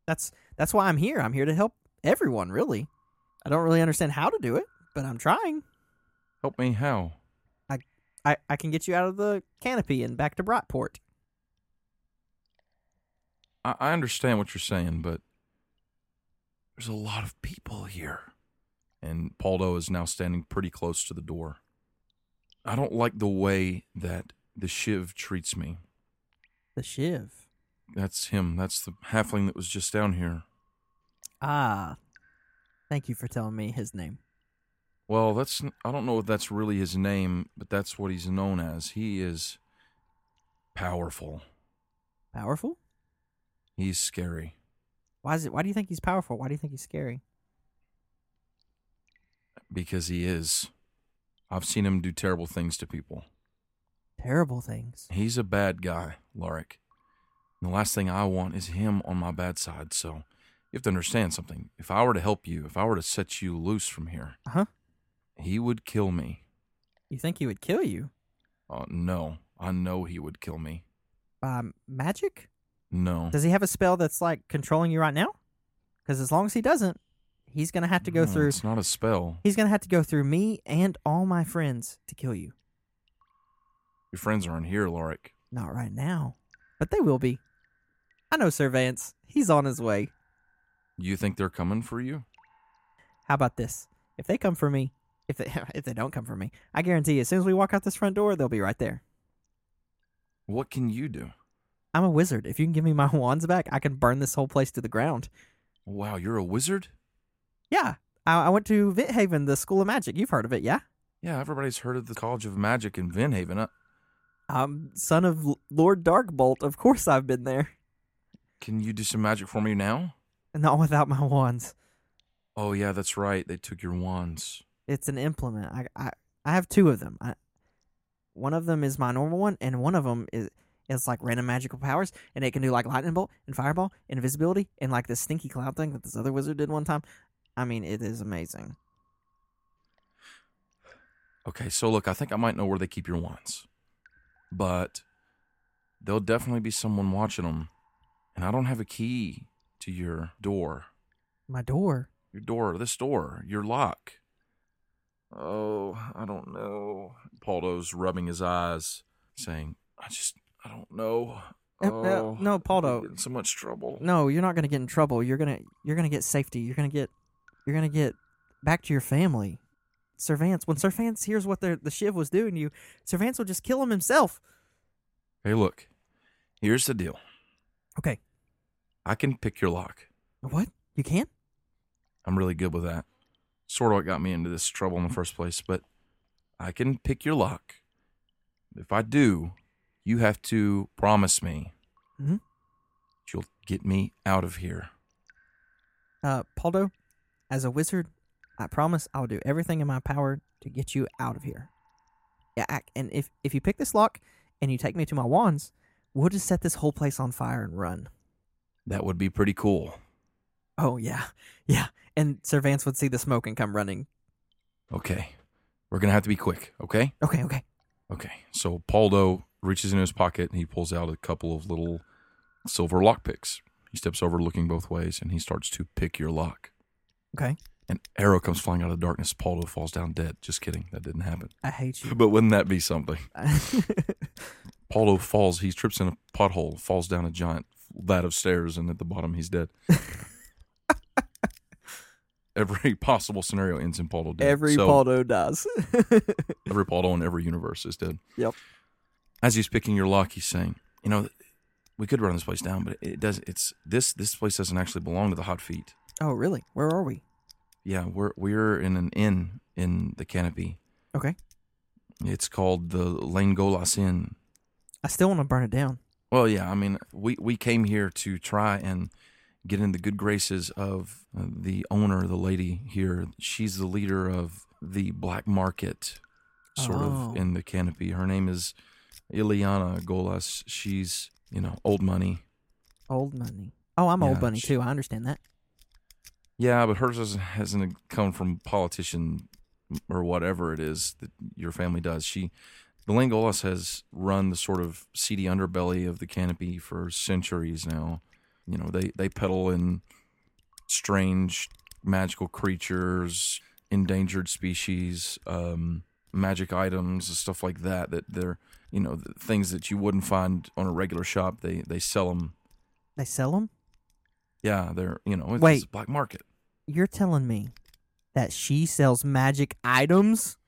Speaker 3: That's that's why I'm here. I'm here to help everyone, really. I don't really understand how to do it, but I'm trying.
Speaker 2: Help me, how?
Speaker 3: I, I can get you out of the canopy and back to Brightport.
Speaker 2: I, I understand what you're saying, but there's a lot of people here. And Paldo is now standing pretty close to the door. I don't like the way that the Shiv treats me.
Speaker 3: The Shiv.
Speaker 2: That's him. That's the halfling that was just down here.
Speaker 3: Ah. Thank you for telling me his name.
Speaker 2: Well, that's I don't know if that's really his name, but that's what he's known as. He is powerful.
Speaker 3: Powerful?
Speaker 2: He's scary.
Speaker 3: Why is it? Why do you think he's powerful? Why do you think he's scary?
Speaker 2: Because he is. I've seen him do terrible things to people.
Speaker 3: Terrible things.
Speaker 2: He's a bad guy, Lorik. And the last thing I want is him on my bad side, so you have to understand something. If I were to help you, if I were to set you loose from here,
Speaker 3: Uh-huh.
Speaker 2: he would kill me.
Speaker 3: You think he would kill you
Speaker 2: Uh, no, I know he would kill me.
Speaker 3: by Um, magic?
Speaker 2: No.
Speaker 3: Does he have a spell that's like controlling you right now? Because as long as he doesn't, he's gonna have to go
Speaker 2: No,
Speaker 3: through.
Speaker 2: It's not a spell.
Speaker 3: He's gonna have to go through me and all my friends to kill you.
Speaker 2: Your friends aren't here, Lorik.
Speaker 3: Not right now, but they will be. I know Sir Vance. He's on his way.
Speaker 2: You think they're coming for you?
Speaker 3: How about this? If they come for me, if they [LAUGHS] if they don't come for me, I guarantee as soon as we walk out this front door, they'll be right there.
Speaker 2: What can you do?
Speaker 3: I'm a wizard. If you can give me my [LAUGHS] wands back, I can burn this whole place to the ground.
Speaker 2: Wow, you're a wizard?
Speaker 3: Yeah. I, I went to Vent Haven, the School of Magic. You've heard of it, yeah?
Speaker 2: Yeah, everybody's heard of the College of Magic in Vinhaven. Uh,
Speaker 3: I'm son of L- Lord Darkbolt. Of course I've been there. [LAUGHS]
Speaker 2: can you do some magic for me now?
Speaker 3: Not without my wands.
Speaker 2: Oh, yeah, that's right. They took your wands.
Speaker 3: It's an implement. I, I, I have two of them. I, one of them is my normal one, and one of them is it's like random magical powers, and it can do like lightning bolt and fireball and invisibility and like this stinky cloud thing that this other wizard did one time. I mean, it is amazing.
Speaker 2: Okay, so look, I think I might know where they keep your wands. But there'll definitely be someone watching them. And I don't have a key to your door.
Speaker 3: My door.
Speaker 2: Your door, this door, your lock. Oh, I don't know. Paldo's rubbing his eyes, saying, I just, I don't know.
Speaker 3: Uh, no-
Speaker 2: Oh,
Speaker 3: no,
Speaker 2: I'm
Speaker 3: Paldo.
Speaker 2: getting in so much trouble.
Speaker 3: No, you're not gonna get in trouble. You're gonna you're gonna get safety. You're gonna get you're gonna get back to your family. Servance, when Servance hears what the the shiv was doing to you, Servance will just kill him himself.
Speaker 2: Hey, look, here's the deal.
Speaker 3: Okay.
Speaker 2: I can pick your lock.
Speaker 3: What? You can?
Speaker 2: I'm really good with that. Sort of what got me into this trouble in the first place, but I can pick your lock. If I do, you have to promise me
Speaker 3: Mhm.
Speaker 2: that you'll get me out of here.
Speaker 3: Uh, Paldo, as a wizard, I promise I'll do everything in my power to get you out of here. Yeah, I, and if if you pick this lock and you take me to my wands, we'll just set this whole place on fire and run.
Speaker 2: That would be pretty cool.
Speaker 3: Oh yeah, [LAUGHS] yeah. And Sir Vance would see the smoke and come running.
Speaker 2: Okay. We're going to have to be quick, okay?
Speaker 3: Okay, okay.
Speaker 2: Okay. So Paldo reaches into his pocket and he pulls out a couple of little silver lock picks. He steps over looking both ways and he starts to pick your lock.
Speaker 3: Okay.
Speaker 2: An arrow comes flying out of the darkness. Paldo falls down dead. Just kidding. That didn't happen.
Speaker 3: I hate you.
Speaker 2: [LAUGHS]
Speaker 3: [LAUGHS]
Speaker 2: But wouldn't that be something? Paulo falls. He trips in a pothole, falls down a giant vat of stairs, and at the bottom, he's
Speaker 3: [LAUGHS]
Speaker 2: dead. every possible scenario ends in Paulo dead.
Speaker 3: Every
Speaker 2: so
Speaker 3: Paldo does.
Speaker 2: every Paulo in every universe is dead.
Speaker 3: Yep.
Speaker 2: As he's picking your lock, he's saying, "You know, we could run this place down, but it does. It's this. This place doesn't actually belong to the Hot Feet.
Speaker 3: oh really? Where are we?
Speaker 2: Yeah, we're we're in an inn in the canopy.
Speaker 3: Okay.
Speaker 2: It's called the Lane Golas Inn."
Speaker 3: I still want to burn it down.
Speaker 2: Well, yeah, I mean, we, we came here to try and get in the good graces of uh, the owner, the lady here. She's the leader of the black market, sort
Speaker 3: Oh.
Speaker 2: of in the canopy. Her name is Ileana Golas. She's, you know, old money.
Speaker 3: Old money. Oh, I'm old
Speaker 2: Yeah,
Speaker 3: bunny
Speaker 2: sh-
Speaker 3: too. I understand that.
Speaker 2: Yeah, but hers doesn't- hasn't come from politician or whatever it is that your family does. She, the Langolas has run the sort of seedy underbelly of the canopy for centuries now. You know, they, they peddle in strange magical creatures, endangered species, um, magic items, and stuff like that. That they're, you know, the things that you wouldn't find on a regular shop. They, they sell them.
Speaker 3: They sell them.
Speaker 2: Yeah, they're, you know, it's, it's
Speaker 3: Wait.
Speaker 2: a black market.
Speaker 3: You're telling me that she sells magic items?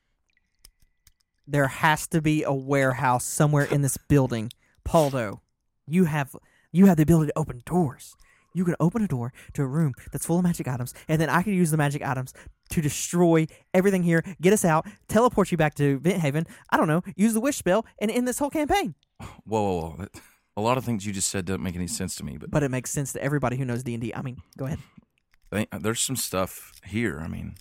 Speaker 3: There has to be a warehouse somewhere in this building. Paldo, you have you have the ability to open doors. You can open a door to a room that's full of magic items, and then I can use the magic items to destroy everything here, get us out, teleport you back to Vent Haven. I don't know, use the wish spell, and end this whole campaign.
Speaker 2: whoa, whoa, whoa. That, [LAUGHS] a lot of things you just said don't make any sense to me, but,
Speaker 3: But it makes sense to everybody who knows D and I mean, go ahead.
Speaker 2: they, uh, there's some stuff here. I mean,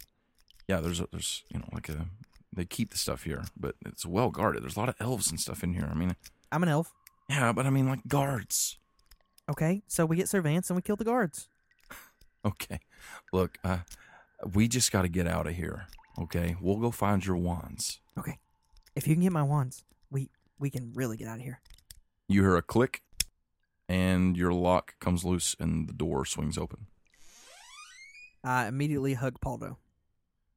Speaker 2: yeah, there's, a, there's, you know, like a, they keep the stuff here, but it's well guarded. There's a lot of elves and stuff in here. I mean,
Speaker 3: I'm an elf.
Speaker 2: yeah, but I mean, like guards. [LAUGHS]
Speaker 3: Okay, so we get Servants and we kill the guards.
Speaker 2: Okay. Look, uh, we just got to get out of here. Okay. We'll go find your wands.
Speaker 3: If you can get my wands, we we can really get out of here.
Speaker 2: You hear a click, and your lock comes loose, and the door swings open.
Speaker 3: I immediately hug Paldo.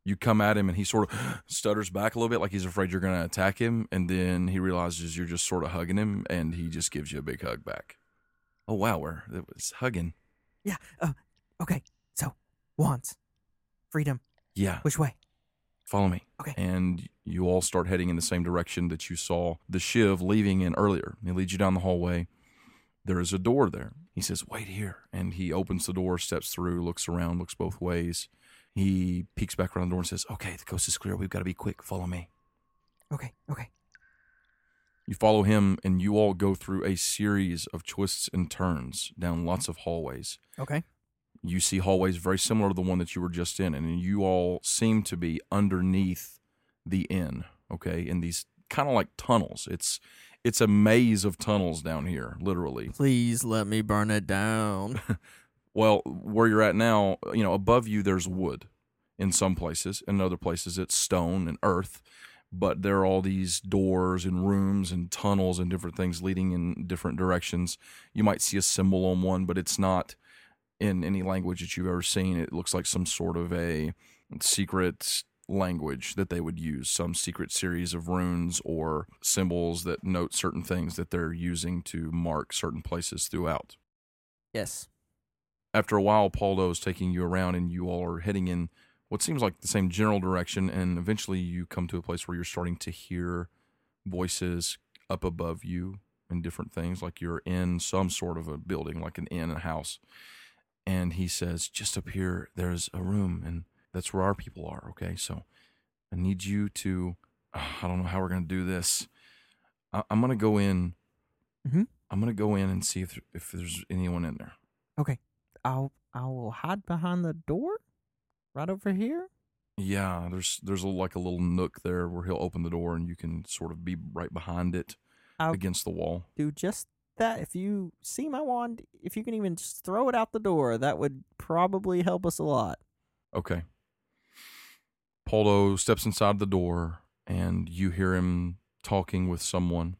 Speaker 2: you come at him and he sort of [GASPS] stutters back a little bit like he's afraid you're going to attack him and then he realizes you're just sort of hugging him and he just gives you a big hug back oh wow we're it was hugging
Speaker 3: Yeah. Uh, okay. So wands, freedom.
Speaker 2: yeah
Speaker 3: Which way?
Speaker 2: follow me
Speaker 3: Okay.
Speaker 2: and you all start heading in the same direction that you saw the shiv leaving in earlier he leads you down the hallway there is a door there he says wait here and he opens the door steps through looks around looks both ways he peeks back around the door and says okay the coast is clear we've got to be quick follow me
Speaker 3: Okay. Okay.
Speaker 2: You follow him, and you all go through a series of twists and turns down lots of hallways.
Speaker 3: Okay.
Speaker 2: You see hallways very similar to the one that you were just in, and you all seem to be underneath the inn, okay, in these kind of like tunnels. It's it's a maze of tunnels down here, literally.
Speaker 3: Please let me burn it down. [LAUGHS]
Speaker 2: Well, where you're at now, you know, above you there's wood in some places, in other places it's stone and earth, but there are all these doors and rooms and tunnels and different things leading in different directions. You might see a symbol on one, but it's not in any language that you've ever seen. It looks like some sort of a secret language that they would use, some secret series of runes or symbols that note certain things that they're using to mark certain places throughout
Speaker 3: yes.
Speaker 2: after a while, Paulo is taking you around, and you all are heading in what seems like the same general direction. And eventually, you come to a place where you're starting to hear voices up above you and different things. Like you're in some sort of a building, like an inn, a house. And he says, "Just up here, there's a room, and that's where our people are. Okay, so I need you to "Ah, I don't know how we're gonna do this. I, I'm gonna go in.
Speaker 3: Mhm.
Speaker 2: I'm gonna go in and see if there- if there's anyone in there.
Speaker 3: I'll I will hide behind the door, right over here.
Speaker 2: Yeah, there's there's a, like a little nook there where he'll open the door and you can sort of be right behind it
Speaker 3: I'll-
Speaker 2: against the wall.
Speaker 3: Do just that. If you see my wand, if you can even just throw it out the door, that would probably help us a lot.
Speaker 2: Okay. Polo steps inside the door and you hear him talking with someone.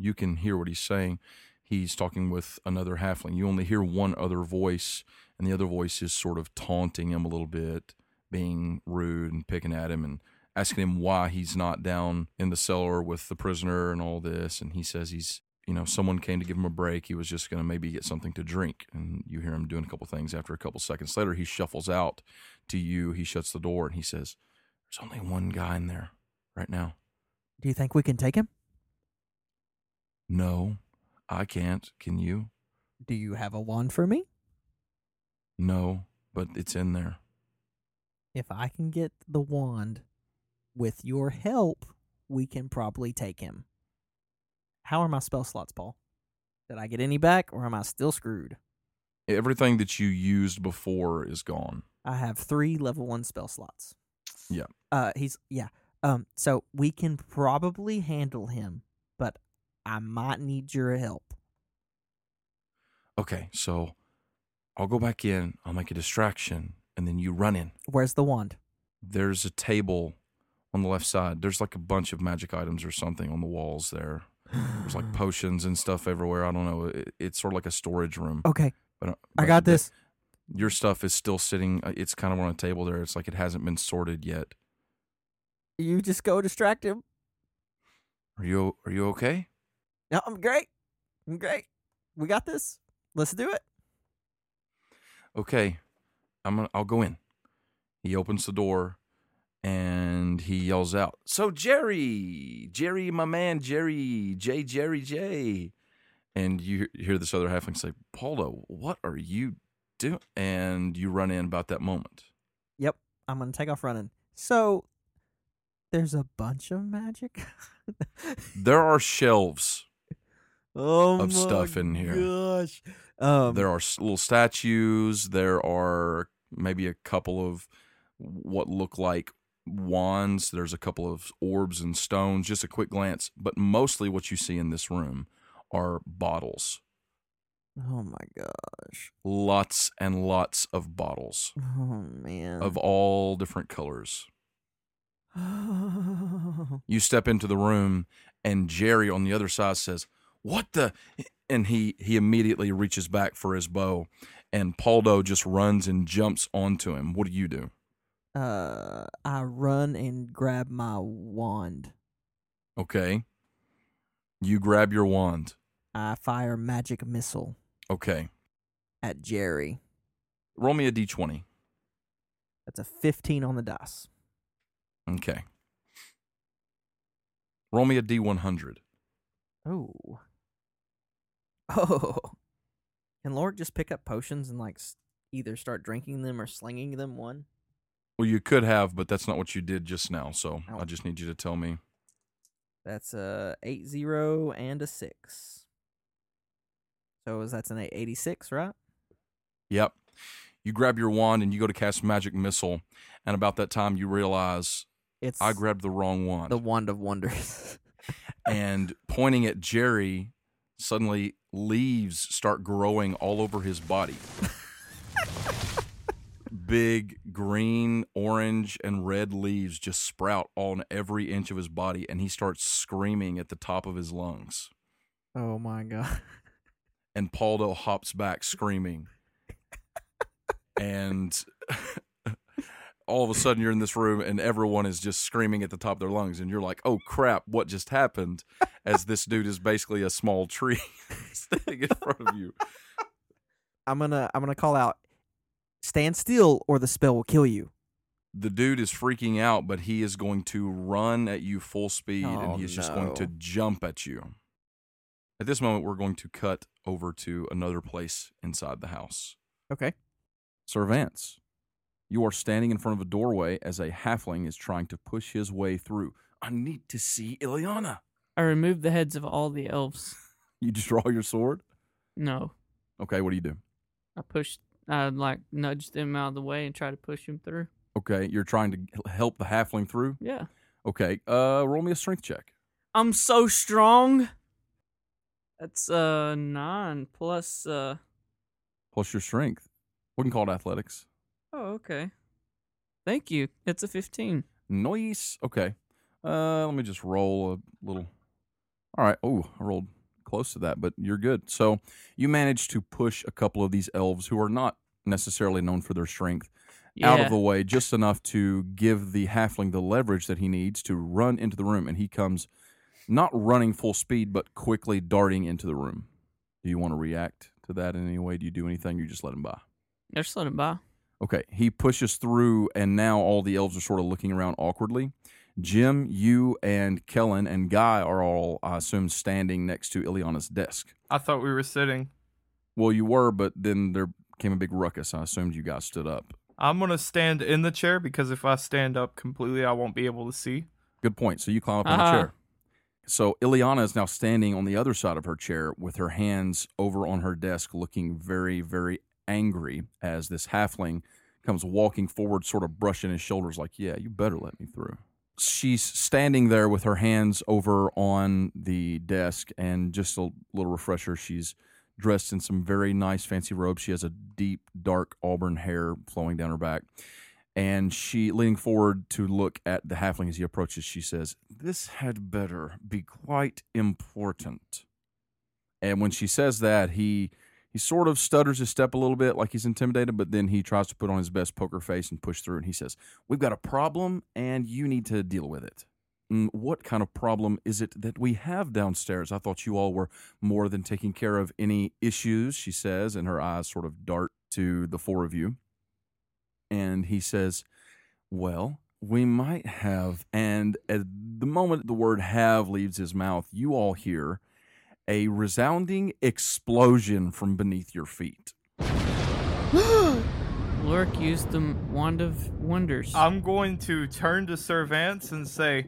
Speaker 2: You can hear what he's saying. He's talking with another halfling. You only hear one other voice, and the other voice is sort of taunting him a little bit, being rude and picking at him and asking him why he's not down in the cellar with the prisoner and all this. And he says he's, you know, someone came to give him a break. He was just going to maybe get something to drink. And you hear him doing a couple things. After a couple seconds later, he shuffles out to you. He shuts the door and he says, There's only one guy in there right now.
Speaker 3: Do you think we can take him?
Speaker 2: No, I can't. Can you?
Speaker 3: Do you have a wand for me?
Speaker 2: No, but it's in there.
Speaker 3: If I can get the wand with your help, we can probably take him. How are my spell slots, Paul? Did I get any back or am I still screwed?
Speaker 2: Everything that you used before is gone.
Speaker 3: I have three level one spell slots.
Speaker 2: Yeah.
Speaker 3: Uh he's yeah. Um so we can probably handle him, but I might need your help.
Speaker 2: Okay, so I'll go back in, I'll make a distraction, and then you run in.
Speaker 3: Where's the wand?
Speaker 2: There's a table on the left side. There's like a bunch of magic items or something on the walls there. There's
Speaker 3: Hmm.
Speaker 2: like potions and stuff everywhere. I don't know. It, it's sort of like a storage room.
Speaker 3: [GASPS] Okay,
Speaker 2: But,
Speaker 3: Oh,
Speaker 2: uh,
Speaker 3: I
Speaker 2: but
Speaker 3: got
Speaker 2: the-
Speaker 3: this.
Speaker 2: your stuff is still sitting uh, it's kind of on a table there it's like it hasn't been sorted yet
Speaker 3: You just go distract him.
Speaker 2: are you are you okay
Speaker 3: No, I'm great. I'm great. We got this. Let's do it.
Speaker 2: okay i'm gonna i'll go in he opens the door and he yells out so jerry jerry my man jerry j jerry j and you he- hear this other halfling say paulo what are you doing and you run in about that moment
Speaker 3: I'm gonna take off running. So there's a bunch of magic. [LAUGHS]
Speaker 2: there are shelves
Speaker 3: oh
Speaker 2: Of
Speaker 3: my
Speaker 2: stuff in here.
Speaker 3: Gosh. Um,
Speaker 2: there are s- little statues. There are maybe a couple of what look like wands. There's a couple of orbs and stones. Just a quick glance, but mostly what you see in this room are bottles.
Speaker 3: Oh my god.
Speaker 2: Lots and lots of bottles
Speaker 3: Oh man.
Speaker 2: of all different colors.
Speaker 3: Oh,
Speaker 2: You step into the room, and Jerry on the other side says, "What the?" And he he immediately reaches back for his bow, and Paldo just runs and jumps onto him. What do you do?
Speaker 3: [SIGHS] uh, I run and grab my wand.
Speaker 2: Okay. You grab your wand.
Speaker 3: I fire magic missile
Speaker 2: Okay.
Speaker 3: at Jerry.
Speaker 2: Roll me a d20.
Speaker 3: That's a 15 on the dice.
Speaker 2: Okay. Roll me a d100.
Speaker 3: Oh. Oh. Can Lord just pick up potions and like s- either start drinking them or slinging them one?
Speaker 2: Well, you could have, but that's not what you did just now. So
Speaker 3: Oh.
Speaker 2: I just need you to tell me.
Speaker 3: That's a eight zero and a six. So is that's an eight eighty six, right?
Speaker 2: Yep. You grab your wand and you go to cast magic missile. And about that time, you realize
Speaker 3: It's
Speaker 2: I grabbed the wrong wand.
Speaker 3: the wand of wonders. [LAUGHS]
Speaker 2: and pointing at Jerry, suddenly leaves start growing all over his body. Big green, orange, and red leaves just sprout on every inch of his body, and he starts screaming at the top of his lungs.
Speaker 3: oh my god. [LAUGHS]
Speaker 2: And Paldo hops back screaming. and [LAUGHS] all of a sudden, you're in this room, and everyone is just screaming at the top of their lungs, and you're like, oh crap, what just happened? As this dude is basically a small tree [LAUGHS] standing in front of you.
Speaker 3: I'm gonna I'm gonna call out stand still or the spell will kill you.
Speaker 2: the dude is freaking out, but he is going to run at you full speed
Speaker 3: Oh,
Speaker 2: and he's just going to
Speaker 3: no.
Speaker 2: jump at you. At this moment, we're going to cut over to another place inside the house.
Speaker 3: Okay.
Speaker 6: Sir Vance, you are standing in front of a doorway as a halfling is trying to push his way through.
Speaker 2: I need to see Ileana.
Speaker 1: I removed the heads of all the elves.
Speaker 2: You [LAUGHS] just draw your sword.
Speaker 1: No,
Speaker 2: Okay, what do you do?
Speaker 1: I pushed. I like nudged them out of the way and tried to push them through.
Speaker 2: Okay, you're trying to help the halfling through.
Speaker 1: Yeah,
Speaker 2: Okay, uh, roll me a strength check.
Speaker 1: I'm so strong. That's uh nine plus uh
Speaker 2: Plus your strength. We can call it athletics.
Speaker 1: oh okay. Thank you. It's a fifteen.
Speaker 2: Nice. Okay. Uh, let me just roll a little. All right. Oh, I rolled close to that, but you're good. So you managed to push a couple of these elves who are not necessarily known for their strength
Speaker 1: Yeah.
Speaker 2: out of the way just enough to give the halfling the leverage that he needs to run into the room. And he comes not running full speed, but quickly darting into the room. Do you want to react to that in any way? Do you do anything? You just let him by?
Speaker 1: I just let him by.
Speaker 2: Okay, he pushes through, and now all the elves are sort of looking around awkwardly. Jim, you, and Kellen and Guy are all, I assume, standing next to Ileana's desk.
Speaker 5: I thought we were sitting.
Speaker 2: Well, you were, but then there came a big ruckus. I assumed you guys stood up.
Speaker 5: I'm gonna stand in the chair because if I stand up completely, I won't be able to see.
Speaker 2: Good point. So you climb up on
Speaker 1: Uh-huh.
Speaker 2: the chair. So Ileana is now standing on the other side of her chair with her hands over on her desk, looking very, very angry as this halfling comes walking forward, sort of brushing his shoulders, like, Yeah, you better let me through. She's standing there with her hands over on the desk, and just a little refresher, she's dressed in some very nice fancy robes. She has a deep, dark auburn hair flowing down her back. And she, leaning forward to look at the halfling as he approaches, she says, This had better be quite important. And when she says that, he he sort of stutters his step a little bit like he's intimidated, but then he tries to put on his best poker face and push through. And he says, We've got a problem and you need to deal with it. "Mm, What kind of problem is it that we have downstairs? I thought you all were more than taking care of any issues, she says, and her eyes sort of dart to the four of you. And he says, Well, we might have. And at the moment the word have leaves his mouth, you all hear a resounding explosion from beneath your feet.
Speaker 1: Lurk used the wand of wonders.
Speaker 5: I'm going to turn to Sir Vance and say,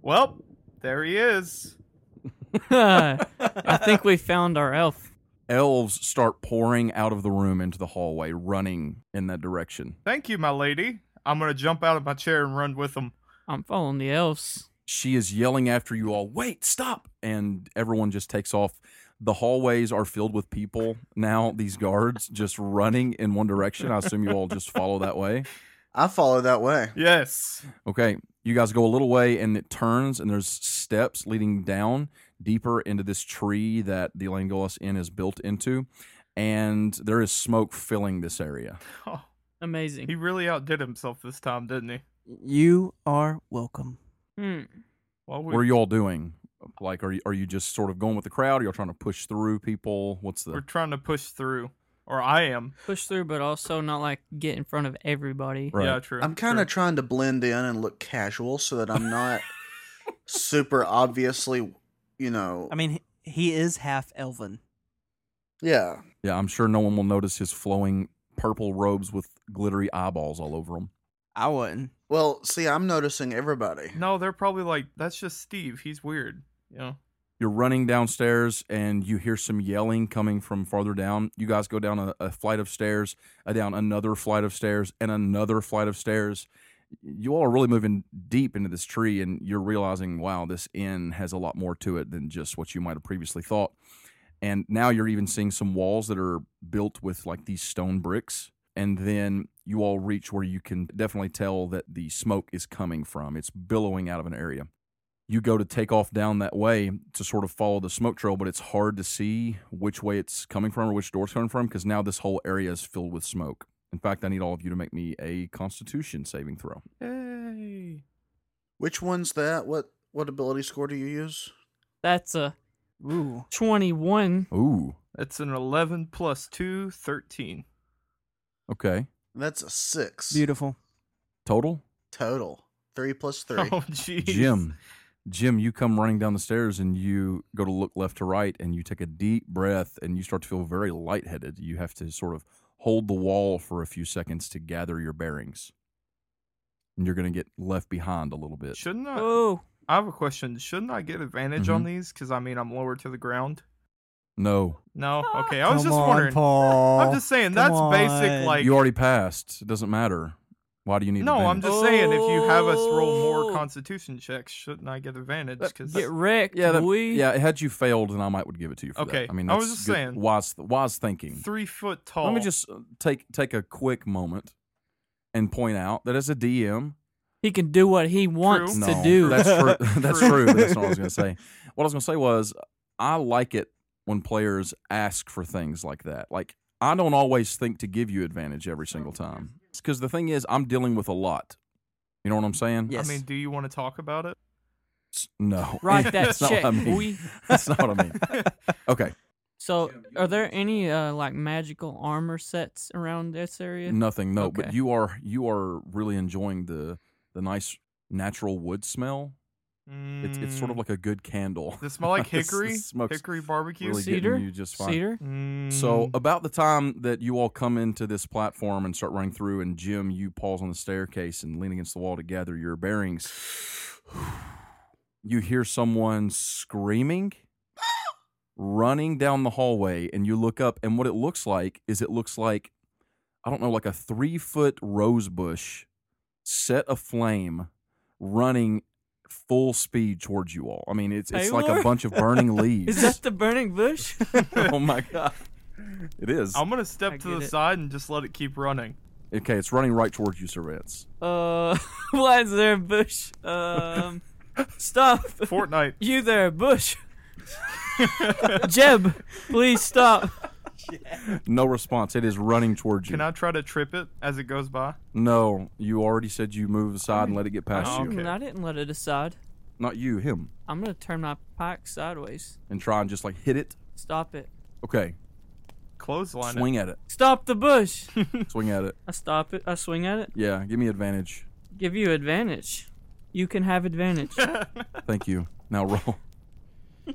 Speaker 5: "Well, there he is."
Speaker 1: [LAUGHS] I
Speaker 2: [LAUGHS]
Speaker 1: think we found our elf.
Speaker 2: Elves start pouring out of the room into the hallway, running in that direction.
Speaker 5: Thank you, my lady. I'm gonna jump out of my chair and run with him.
Speaker 1: I'm following the elves.
Speaker 2: she is yelling after you all wait stop and everyone just takes off the hallways are filled with people now these guards just running in one direction i assume you all just follow that way
Speaker 4: I follow that way.
Speaker 5: Yes.
Speaker 2: okay you guys go a little way and it turns and there's steps leading down deeper into this tree that the Langolas inn is built into and there is smoke filling this area
Speaker 5: Oh,
Speaker 1: Amazing.
Speaker 5: [LAUGHS] he really outdid himself this time, didn't he?
Speaker 3: You are welcome.
Speaker 1: Hmm.
Speaker 5: Well, we,
Speaker 2: what are you all doing like are you, are you just sort of going with the crowd are you all trying to push through people what's the
Speaker 5: we're trying to push through, or I am.
Speaker 1: Push through, but also not like get in front of everybody.
Speaker 2: Right.
Speaker 5: Yeah, true.
Speaker 4: I'm kind of
Speaker 5: true.
Speaker 4: trying to blend in and look casual so that I'm not super obviously, you know.
Speaker 3: I mean, he, he is half elven.
Speaker 4: yeah.
Speaker 2: Yeah, I'm sure no one will notice his flowing purple robes with glittery eyeballs all over them.
Speaker 3: I wouldn't.
Speaker 4: Well, see, I'm noticing everybody.
Speaker 5: No, they're probably like, "That's just Steve. He's weird." You know.
Speaker 2: You're running downstairs and you hear some yelling coming from farther down. You guys go down a, a flight of stairs, uh, down another flight of stairs, and another flight of stairs. You all are really moving deep into this tree, and you're realizing, wow, this inn has a lot more to it than just what you might have previously thought. And now you're even seeing some walls that are built with like these stone bricks. And then you all reach where you can definitely tell that the smoke is coming from. It's billowing out of an area. You go to take off down that way to sort of follow the smoke trail, but it's hard to see which way it's coming from or which door it's coming from because now this whole area is filled with smoke. In fact, I need all of you to make me a constitution saving throw.
Speaker 5: Hey.
Speaker 4: Which one's that? What what ability score do you use?
Speaker 1: That's a
Speaker 3: Ooh.
Speaker 1: 21.
Speaker 2: Ooh,
Speaker 5: It's an 11 plus 2, 13.
Speaker 2: okay.
Speaker 4: That's a six
Speaker 3: Beautiful.
Speaker 2: Total?
Speaker 4: total. Three plus three.
Speaker 5: [LAUGHS] Oh, jeez.
Speaker 2: Jim, Jim, you come running down the stairs and you go to look left to right and you take a deep breath and you start to feel very lightheaded. You have to sort of hold the wall for a few seconds to gather your bearings. And you're going to get left behind a little bit.
Speaker 5: Shouldn't I?
Speaker 1: Oh,
Speaker 5: I have a question. Shouldn't I get advantage on these? Because I mean, I'm lower to the ground.
Speaker 2: No,
Speaker 5: No. Okay. I was
Speaker 3: Come
Speaker 5: just
Speaker 3: on,
Speaker 5: wondering.
Speaker 3: Paul. [LAUGHS]
Speaker 5: I'm just
Speaker 3: Come
Speaker 5: saying that's basic.
Speaker 3: on.
Speaker 5: Like
Speaker 2: you already passed. It doesn't matter. Why do you need?
Speaker 5: No, I'm
Speaker 2: advantage?
Speaker 5: just saying if you have us roll more
Speaker 1: Oh.
Speaker 5: Constitution checks, shouldn't I get advantage? Because
Speaker 1: Get wrecked,
Speaker 2: Yeah, that,
Speaker 1: boy.
Speaker 2: yeah. Had you failed, then I might would give it to you. For that.
Speaker 5: Okay,
Speaker 2: I mean,
Speaker 5: I
Speaker 2: that's
Speaker 5: was just
Speaker 2: good-
Speaker 5: saying.
Speaker 2: wise, wise thinking.
Speaker 5: three foot tall.
Speaker 2: Let me just uh, take take a quick moment and point out that as a DM,
Speaker 1: He can do what he wants
Speaker 5: True.
Speaker 1: to do.
Speaker 2: That's
Speaker 5: [LAUGHS]
Speaker 2: true. [LAUGHS] That's
Speaker 5: True.
Speaker 2: true. but That's not what I was going to say. What I was going to say was, I like it when players ask for things like that. Like, I don't always think to give you advantage every single time. Because the thing is, I'm dealing with a lot. You know what I'm saying?
Speaker 3: Yes.
Speaker 5: I mean, do you want to talk about it?
Speaker 2: S- No. [LAUGHS]
Speaker 1: Write that
Speaker 2: That's not
Speaker 1: check,
Speaker 2: what I mean.
Speaker 1: boy.
Speaker 2: [LAUGHS] That's not what I mean.
Speaker 5: [LAUGHS]
Speaker 2: Okay.
Speaker 1: So, are there any uh, like magical armor sets around this area?
Speaker 2: Nothing. No. But
Speaker 1: Okay.
Speaker 2: you are you are really enjoying the the nice natural wood smell. It's it's sort of
Speaker 5: Mm,
Speaker 2: like a good candle.
Speaker 5: Does it smell like
Speaker 2: [LAUGHS] This- this
Speaker 5: hickory?
Speaker 2: smokes
Speaker 5: Hickory barbecue.
Speaker 2: Really
Speaker 1: Cedar?
Speaker 2: getting you just fine. [LAUGHS]
Speaker 1: Cedar?
Speaker 5: Mm,
Speaker 1: Mm-hmm.
Speaker 2: So uh, about the time that you all come into this platform and start running through, and Jim, you pause on the staircase and lean against the wall to gather your bearings. You hear someone screaming, running down the hallway, and you look up, and what it looks like is it looks like, I don't know, like a three foot rose bush set aflame, running full speed towards you all. I mean, it's it's like
Speaker 1: Taylor?
Speaker 2: a bunch of burning leaves.
Speaker 1: [LAUGHS] Is that the burning
Speaker 2: [LAUGHS]
Speaker 1: bush?
Speaker 2: oh my god, it is.
Speaker 5: I'm gonna
Speaker 1: I
Speaker 5: step to
Speaker 1: get
Speaker 5: the
Speaker 1: it.
Speaker 5: side and just let it keep running.
Speaker 2: Okay, it's running right towards you, Servets.
Speaker 1: uh, [LAUGHS] why is there a bush?
Speaker 2: [LAUGHS]
Speaker 1: Um, stop.
Speaker 5: Fortnite.
Speaker 1: You there, bush. Jeb, please stop.
Speaker 2: No response. It is running towards you.
Speaker 5: Can I try to trip it as it goes by?
Speaker 2: No, you already said you move aside and let it get past
Speaker 5: Oh,
Speaker 2: you.
Speaker 5: okay.
Speaker 1: I didn't let it aside.
Speaker 2: Not you, him.
Speaker 1: I'm gonna turn my pike sideways.
Speaker 2: And try and just like hit it.
Speaker 1: Stop it.
Speaker 2: Okay,
Speaker 5: Clothesline. it.
Speaker 2: swing at it.
Speaker 1: Stop the bush.
Speaker 2: Swing at it.
Speaker 1: I stop it. I swing at it.
Speaker 2: Yeah, give me advantage.
Speaker 1: Give you advantage. You can have
Speaker 2: [LAUGHS]
Speaker 1: advantage.
Speaker 2: Thank you. Now roll.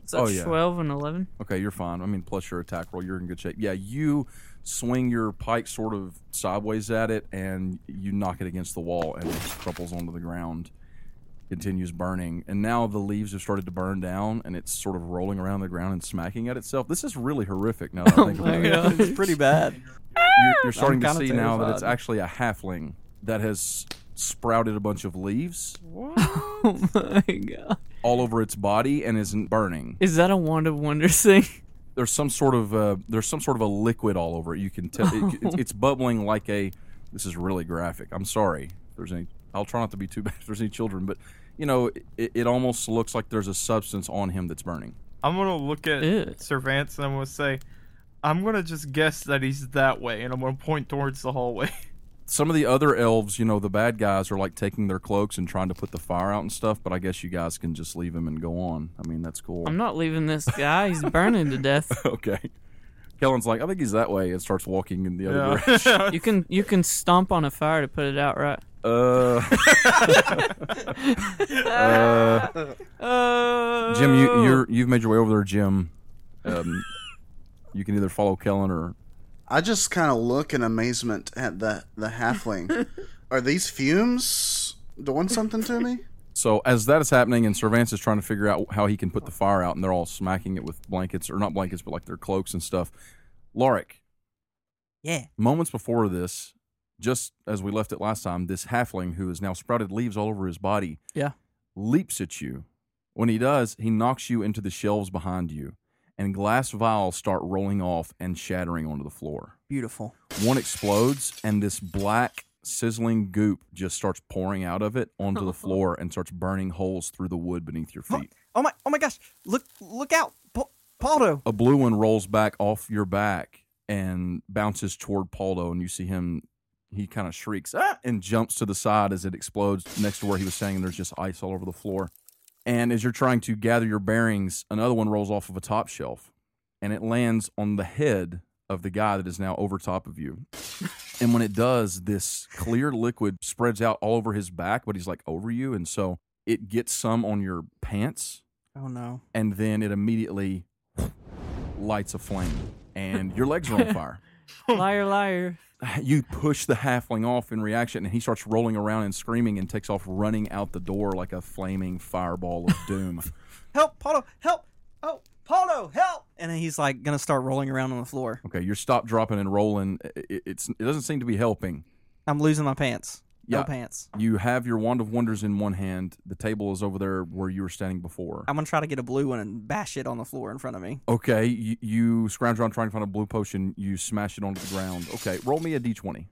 Speaker 1: So
Speaker 2: Oh, yeah.
Speaker 1: 12 and 11.
Speaker 2: Okay, you're fine. I mean, plus your attack roll, you're in good shape. Yeah, you swing your pike sort of sideways at it, and you knock it against the wall, and it just crumples onto the ground. Continues burning, and now the leaves have started to burn down, and it's sort of rolling around the ground and smacking at itself. This is really horrific. Now that
Speaker 3: Oh
Speaker 2: I think about it,
Speaker 1: God.
Speaker 3: it's pretty bad.
Speaker 2: you're, you're starting to
Speaker 3: kinda
Speaker 2: see now that it's
Speaker 3: terrified.
Speaker 2: actually a halfling that has sprouted a bunch of leaves
Speaker 1: Oh my god.
Speaker 2: all over its body and isn't burning.
Speaker 1: Is that a Wand of Wonder thing?
Speaker 2: there's some sort of uh, there's some sort of a liquid all over it. You can tell it, it's, it's bubbling like a. This is really graphic. I'm sorry. If there's any. I'll try not to be too [LAUGHS] bad. If there's any children, but you know, it, it almost looks like there's a substance on him that's burning.
Speaker 5: I'm gonna look at
Speaker 1: Ew.
Speaker 5: Servance and I'm gonna say, I'm gonna just guess that he's that way, and I'm gonna point towards the hallway. [LAUGHS]
Speaker 2: Some of the other elves, you know, the bad guys are like taking their cloaks and trying to put the fire out and stuff. But I guess you guys can just leave him and go on. I mean, that's cool.
Speaker 1: I'm not leaving this guy. He's burning to death.
Speaker 2: [LAUGHS] okay. Kellen's like, I think he's that way, and starts walking in the other
Speaker 5: Yeah.
Speaker 2: direction.
Speaker 1: You can you can stomp on a fire to put it out, right?
Speaker 2: Uh, uh,
Speaker 1: Oh.
Speaker 2: Jim, you, you're you've made your way over there, Jim. Um, you can either follow Kellen or
Speaker 4: I just kind of look in amazement at the the halfling. Are these fumes doing something to me?
Speaker 2: so. As that is happening, and Servance is trying to figure out how he can put the fire out, and they're all smacking it with blankets or not blankets, but like their cloaks and stuff. Lorik,
Speaker 3: [LAUGHS] Yeah.
Speaker 2: moments before this, just as we left it last time, this halfling who has now sprouted leaves all over his body,
Speaker 3: Yeah.
Speaker 2: leaps at you. When he does, he knocks you into the shelves behind you, and glass vials start rolling off and shattering onto the floor.
Speaker 3: Beautiful.
Speaker 2: One explodes, and this black sizzling goop just starts pouring out of it onto the floor and starts burning holes through the wood beneath your feet.
Speaker 3: Oh my! Oh my gosh! Look! Look out, pa- Paldo!
Speaker 2: A blue one rolls back off your back and bounces toward Paldo, and you see him. He kind of shrieks ah! and jumps to the side as it explodes next to where he was saying there's just ice all over the floor. And as you're trying to gather your bearings, another one rolls off of a top shelf and it lands on the head of the guy that is now over top of you. and when it does, this clear liquid spreads out all over his back, but he's like over you. And so it gets some on your pants
Speaker 3: Oh no!
Speaker 2: and then it immediately lights a flame and your legs are on fire.
Speaker 1: liar, liar.
Speaker 2: you push the halfling off in reaction, and he starts rolling around and screaming and takes off running out the door like a flaming fireball of doom.
Speaker 3: Help, Paulo, help! Oh, Paulo, help! And then he's like gonna start rolling around on the floor.
Speaker 2: okay, you're stop dropping and rolling. I- i- it's it doesn't seem to be helping.
Speaker 3: I'm losing my pants.
Speaker 2: Yeah.
Speaker 3: No pants.
Speaker 2: You have your wand of wonders in one hand. The table is over there where you were standing before.
Speaker 3: I'm gonna try to get a blue one and bash it on the floor in front of me.
Speaker 2: Okay, you, you scrounge around trying to find a blue potion. You smash it onto the ground. Okay, roll me a d20.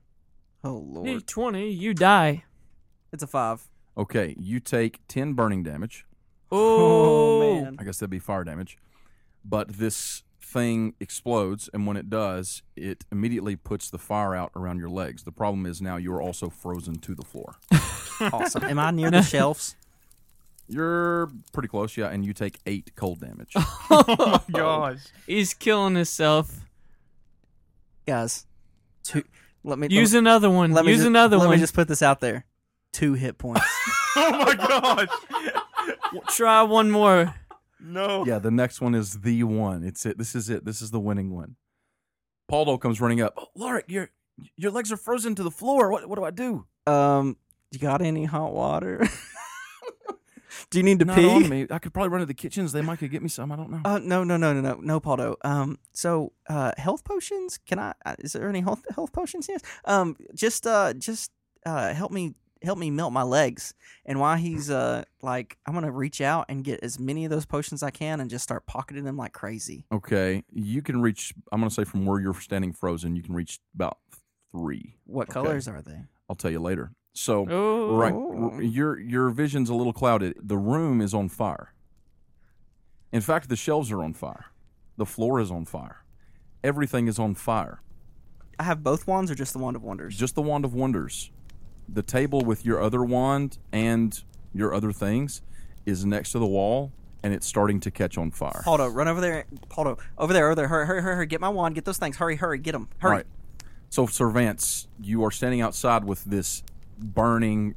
Speaker 3: Oh lord,
Speaker 1: D twenty, you die.
Speaker 3: it's a five.
Speaker 2: Okay, you take 10 burning damage.
Speaker 3: Oh,
Speaker 1: Oh,
Speaker 3: man,
Speaker 2: I guess that'd be fire damage. But this thing explodes, and when it does, it immediately puts the fire out around your legs. The problem is now you are also frozen to the floor.
Speaker 3: awesome. Am I near the shelves?
Speaker 2: You're pretty close, yeah, and you take eight cold damage.
Speaker 5: Oh gosh.
Speaker 1: he's killing himself.
Speaker 3: guys. Two. Let me let me-
Speaker 1: Use another one.
Speaker 3: Let me
Speaker 1: Use
Speaker 3: just,
Speaker 1: another
Speaker 3: let
Speaker 1: one.
Speaker 3: me just put this out there. Two hit points.
Speaker 5: Oh my gosh.
Speaker 1: [LAUGHS] Try one more.
Speaker 5: No.
Speaker 2: yeah, the next one is the one. It's it. This is it. This is the winning one. Paulo comes running up. Oh, Lorik, your your legs are frozen to the floor. What what do I do?
Speaker 3: um, you got any hot water? [LAUGHS] Do you need to
Speaker 2: Not
Speaker 3: pee?
Speaker 2: on me. I could probably run to the kitchens. They might could get me some. I don't know.
Speaker 3: Uh, no, no, no, no, no, no, Paldo. Um, so, uh, health potions? Can I? Uh, is there any health health potions? Yes. Um, just uh, just uh, help me help me melt my legs. And while he's uh, like, I'm gonna reach out and get as many of those potions I can, and just start pocketing them like crazy.
Speaker 2: Okay, you can reach. I'm gonna say from where you're standing frozen, you can reach about three.
Speaker 3: What colors are they?
Speaker 2: I'll tell you later. So
Speaker 1: Oh,
Speaker 2: right,
Speaker 3: Oh.
Speaker 2: your your vision's a little clouded. The room is on fire. In fact, the shelves are on fire. The floor is on fire. Everything is on fire.
Speaker 3: I have both wands, or just the wand of wonders.
Speaker 2: Just the wand of wonders. The table with your other wand and your other things is next to the wall, and it's starting to catch on fire.
Speaker 3: Paldo, run over there. Paldo, over there, over there. Hurry, hurry, hurry, hurry. Get my wand. Get those things. Hurry, hurry. Get them. Hurry.
Speaker 2: Right. So, Servants, you are standing outside with this burning,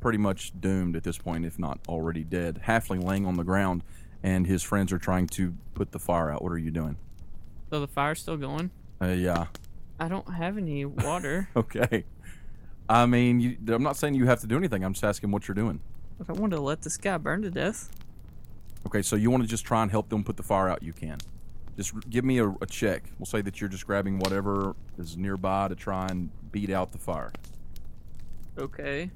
Speaker 2: pretty much doomed at this point, if not already dead, halfling laying on the ground, and his friends are trying to put the fire out. What are you doing?
Speaker 1: so the fire's still going.
Speaker 2: Uh, yeah. [LAUGHS]
Speaker 1: I don't have any water. [LAUGHS]
Speaker 2: Okay. I mean, you, I'm not saying you have to do anything. I'm just asking what you're doing.
Speaker 1: if I wanted to let this guy burn to death,
Speaker 2: Okay, so you want to just try and help them put the fire out? You can. Just r- give me a, a check. We'll say that you're just grabbing whatever is nearby to try and beat out the fire.
Speaker 1: okay.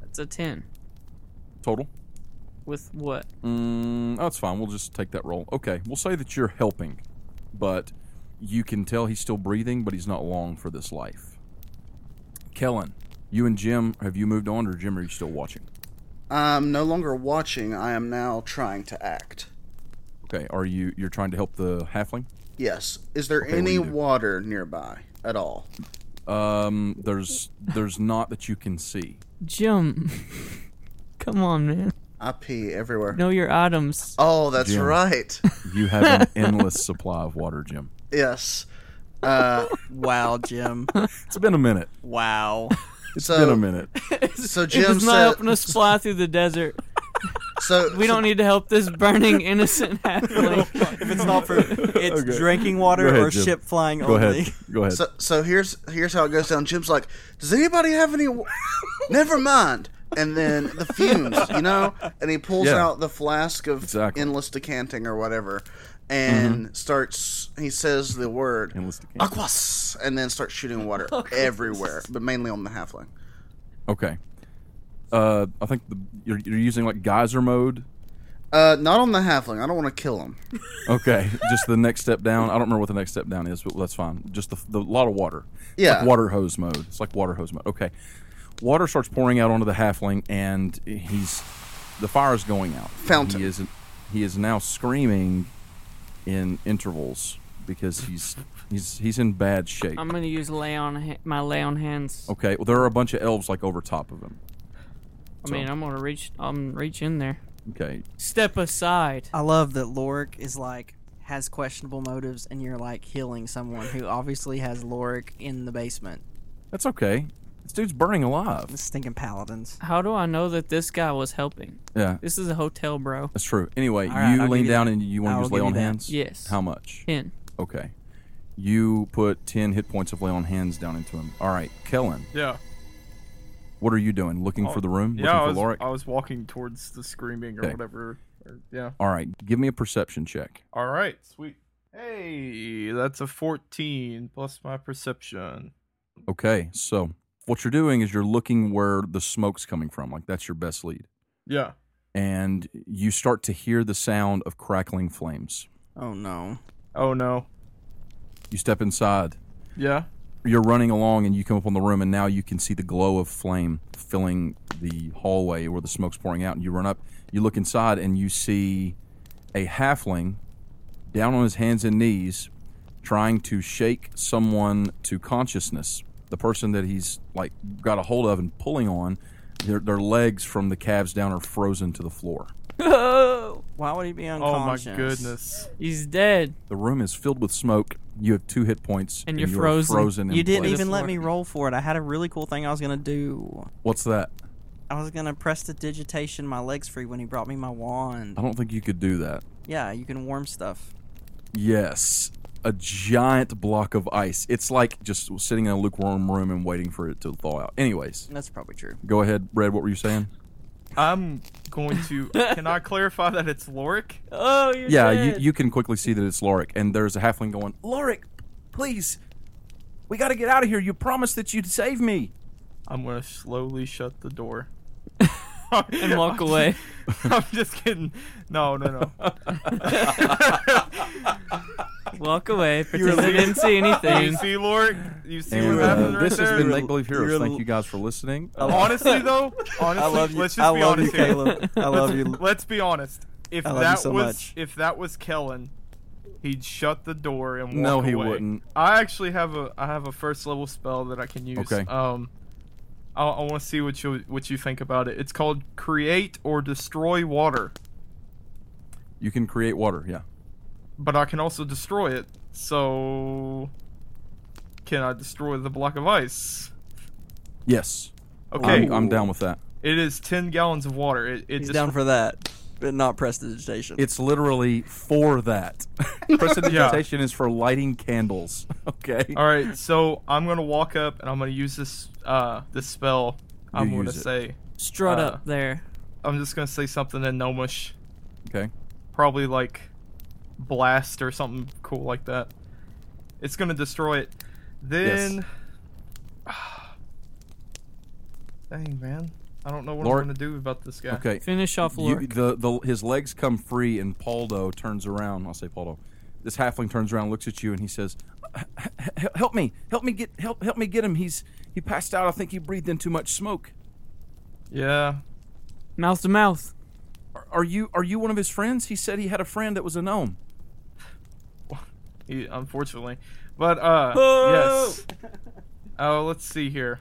Speaker 1: That's a ten.
Speaker 2: Total?
Speaker 1: With what?
Speaker 2: Mm, that's fine. We'll just take that roll. Okay, we'll say that you're helping, but you can tell he's still breathing, but he's not long for this life. Kellen, you and Jim, have you moved on, or Jim, are you still watching?
Speaker 4: I'm no longer watching. I am now trying to act.
Speaker 2: Okay, are you you're trying to help the halfling?
Speaker 4: Yes. Is there
Speaker 2: what do
Speaker 4: any
Speaker 2: you do?
Speaker 4: water nearby at all?
Speaker 2: Um, there's there's not that you can see.
Speaker 1: Jim, [LAUGHS] come on, man.
Speaker 4: I pee everywhere.
Speaker 1: Know your items.
Speaker 4: Oh, that's
Speaker 2: Jim. [LAUGHS]
Speaker 4: right.
Speaker 2: You
Speaker 4: [LAUGHS]
Speaker 2: have an endless supply of water, Jim.
Speaker 4: yes. Uh,
Speaker 3: Wow, Jim.
Speaker 2: It's been a minute.
Speaker 3: wow.
Speaker 2: It's
Speaker 4: So-
Speaker 2: been a minute.
Speaker 4: so
Speaker 1: It
Speaker 4: [LAUGHS] Jim
Speaker 1: was not
Speaker 4: said.
Speaker 1: helping us fly through the desert.
Speaker 4: So
Speaker 1: [LAUGHS] We
Speaker 4: so-
Speaker 1: don't need to help this
Speaker 4: [LAUGHS]
Speaker 1: burning innocent
Speaker 4: Oh,
Speaker 1: halfling.
Speaker 3: if it's [LAUGHS] not for it's
Speaker 2: Okay.
Speaker 3: drinking water
Speaker 2: Go ahead,
Speaker 3: or
Speaker 2: Jim.
Speaker 3: ship flying
Speaker 2: Go
Speaker 3: only.
Speaker 2: ahead. Go ahead.
Speaker 4: So, so here's here's how it goes down. Jim's like, "Does anybody have any?" wa- [LAUGHS] Never mind. And then the fumes, you know, and he pulls
Speaker 2: Yeah.
Speaker 4: out the flask of
Speaker 2: Exactly.
Speaker 4: endless decanting or whatever, and starts. He says the word
Speaker 2: Endless decanting.
Speaker 4: "aquas," and then starts shooting water everywhere, but mainly on the halfling.
Speaker 2: Okay. Uh, I think the, you're, you're using like geyser mode.
Speaker 4: Uh, not on the halfling. I don't want to kill him.
Speaker 2: Okay, just the next step down. I don't remember what the next step down is, but that's fine. Just the, the lot of water. It's
Speaker 4: Yeah.
Speaker 2: like water hose mode. It's like water hose mode. Okay, water starts pouring out onto the halfling, and he's the fire is going out.
Speaker 4: Fountain.
Speaker 2: He is he is now screaming in intervals because he's he's he's in bad shape.
Speaker 1: I'm gonna use lay on ha- my lay on hands.
Speaker 4: Oh,
Speaker 2: Okay, well there are a bunch of elves like over top of him.
Speaker 1: I mean, I'm gonna reach. I'm reach in there.
Speaker 2: Okay,
Speaker 1: Step aside.
Speaker 3: I love that Lorik is like has questionable motives and you're like healing someone who obviously has Lorik in the basement.
Speaker 2: that's okay. This dude's burning alive.
Speaker 3: The stinking paladins.
Speaker 1: How do I know that this guy was helping?
Speaker 2: Yeah,
Speaker 1: This is a hotel, bro.
Speaker 2: that's true. Anyway,
Speaker 3: All right,
Speaker 2: you
Speaker 3: I'll give
Speaker 2: lean
Speaker 3: you
Speaker 2: down
Speaker 3: that.
Speaker 2: and you want
Speaker 3: I
Speaker 2: to
Speaker 3: will
Speaker 2: use lay
Speaker 3: give
Speaker 2: on
Speaker 1: [LAUGHS]
Speaker 3: you that.
Speaker 2: hands.
Speaker 1: Yes.
Speaker 2: How much?
Speaker 1: Ten.
Speaker 2: Okay. You put 10 hit points of lay on hands down into him. All right, Kellen,
Speaker 5: Yeah.
Speaker 2: what are you doing? Looking
Speaker 5: Oh,
Speaker 2: for the room?
Speaker 5: Yeah, I
Speaker 2: Looking
Speaker 5: was,
Speaker 2: for Lorik?
Speaker 5: I was walking towards the screaming or
Speaker 2: Okay.
Speaker 5: whatever. Or, yeah.
Speaker 2: All right, give me a perception check.
Speaker 5: All right, sweet. Hey, that's a 14 plus my perception.
Speaker 2: Okay, so what you're doing is you're looking where the smoke's coming from. Like, that's your best lead.
Speaker 5: Yeah.
Speaker 2: And you start to hear the sound of crackling flames.
Speaker 3: Oh no.
Speaker 5: Oh no.
Speaker 2: You step inside.
Speaker 5: Yeah.
Speaker 2: You're running along and you come up on the room, and now you can see the glow of flame filling the hallway where the smoke's pouring out. And you run up, you look inside, and you see a halfling down on his hands and knees trying to shake someone to consciousness. The person that he's like got a hold of and pulling on, their, their legs from the calves down are frozen to the floor.
Speaker 3: Why would he be
Speaker 5: Oh my
Speaker 3: unconscious?
Speaker 5: goodness.
Speaker 1: He's dead.
Speaker 2: The room is filled with smoke. You have two hit points,
Speaker 1: And you're
Speaker 2: you are
Speaker 1: frozen.
Speaker 2: frozen in
Speaker 3: You didn't
Speaker 2: place.
Speaker 3: even let
Speaker 1: Floor.
Speaker 3: me roll for it. I had a really cool thing I was gonna do.
Speaker 2: What's that?
Speaker 3: I was gonna press the digitation my legs free when he brought me my wand.
Speaker 2: I don't think you could do that.
Speaker 3: Yeah, you can warm stuff.
Speaker 2: Yes. A giant block of ice. It's like just sitting in a lukewarm room and waiting for it to thaw out. Anyways,
Speaker 3: That's probably true.
Speaker 2: go ahead, Red. What were you saying?
Speaker 5: I'm going to. can I clarify that it's Lorik?
Speaker 1: Oh, you're
Speaker 2: yeah,
Speaker 1: dead.
Speaker 2: you, you can quickly see that it's Lorik, and there's a halfling going, Lorik, please, we got to get out of here. You promised that you'd save me.
Speaker 5: I'm going to slowly shut the door.
Speaker 1: [LAUGHS] and walk
Speaker 5: [LAUGHS]
Speaker 1: away.
Speaker 5: I'm just kidding. No, no,
Speaker 1: [LAUGHS]
Speaker 5: no.
Speaker 1: Walk away. Pretend I didn't see anything.
Speaker 5: you see, Lorik? You see
Speaker 2: And
Speaker 5: what happened
Speaker 2: uh,
Speaker 5: right
Speaker 2: this
Speaker 5: there?
Speaker 2: has been Make Believe Heroes.
Speaker 3: you're-
Speaker 2: Thank you guys for listening.
Speaker 5: honestly, though,
Speaker 3: [LAUGHS]
Speaker 5: honestly,
Speaker 3: I love you.
Speaker 5: let's just
Speaker 3: I
Speaker 5: be
Speaker 3: love you,
Speaker 5: honest here.
Speaker 3: Caleb. I love you.
Speaker 5: Let's be honest. If
Speaker 3: I love you
Speaker 5: that
Speaker 3: so
Speaker 5: was
Speaker 3: much.
Speaker 5: if that was Kellen, he'd shut the door and walk
Speaker 2: No, he
Speaker 5: away.
Speaker 2: wouldn't.
Speaker 5: I actually have a I have a first level spell that I can use.
Speaker 2: Okay.
Speaker 5: Um, I, I want to see what you what you think about it. It's called create or destroy water,
Speaker 2: You can create water. Yeah.
Speaker 5: but I can also destroy it. So, can I destroy the block of ice?
Speaker 2: Yes.
Speaker 5: Okay,
Speaker 2: I'm, I'm down with that.
Speaker 5: it is ten gallons of water. It, it
Speaker 3: He's
Speaker 5: dest-
Speaker 3: down for that, but not press the digitation.
Speaker 2: It's literally for
Speaker 5: [LAUGHS]
Speaker 2: that. Prestidigitation is for lighting candles. [LAUGHS] Okay.
Speaker 5: All right, so I'm gonna walk up and I'm gonna use this uh this spell. I'm gonna
Speaker 2: use it.
Speaker 5: say
Speaker 1: Strut
Speaker 5: Uh,
Speaker 1: up there.
Speaker 5: I'm just gonna say something in Gnomish,
Speaker 2: Okay.
Speaker 5: probably like blast or something cool like that. It's gonna destroy it. Then, [SIGHS] dang man, I don't know what
Speaker 2: Lord-
Speaker 5: I'm gonna do about this guy.
Speaker 2: Okay.
Speaker 1: Finish off
Speaker 2: You,
Speaker 1: Lorik.
Speaker 2: the, the his legs come free, and Paldo turns around. I'll say Paldo. This halfling turns around, looks at you, and he says, "H- h- "Help me! Help me get help! Help me get him! He's he passed out. I think he breathed in too much smoke.
Speaker 5: Yeah,
Speaker 1: Mouth to [LAUGHS] mouth.
Speaker 2: Are, are you are you one of his friends? He said he had a friend that was a gnome.
Speaker 5: he, unfortunately, but uh, yes. Oh, let's see here.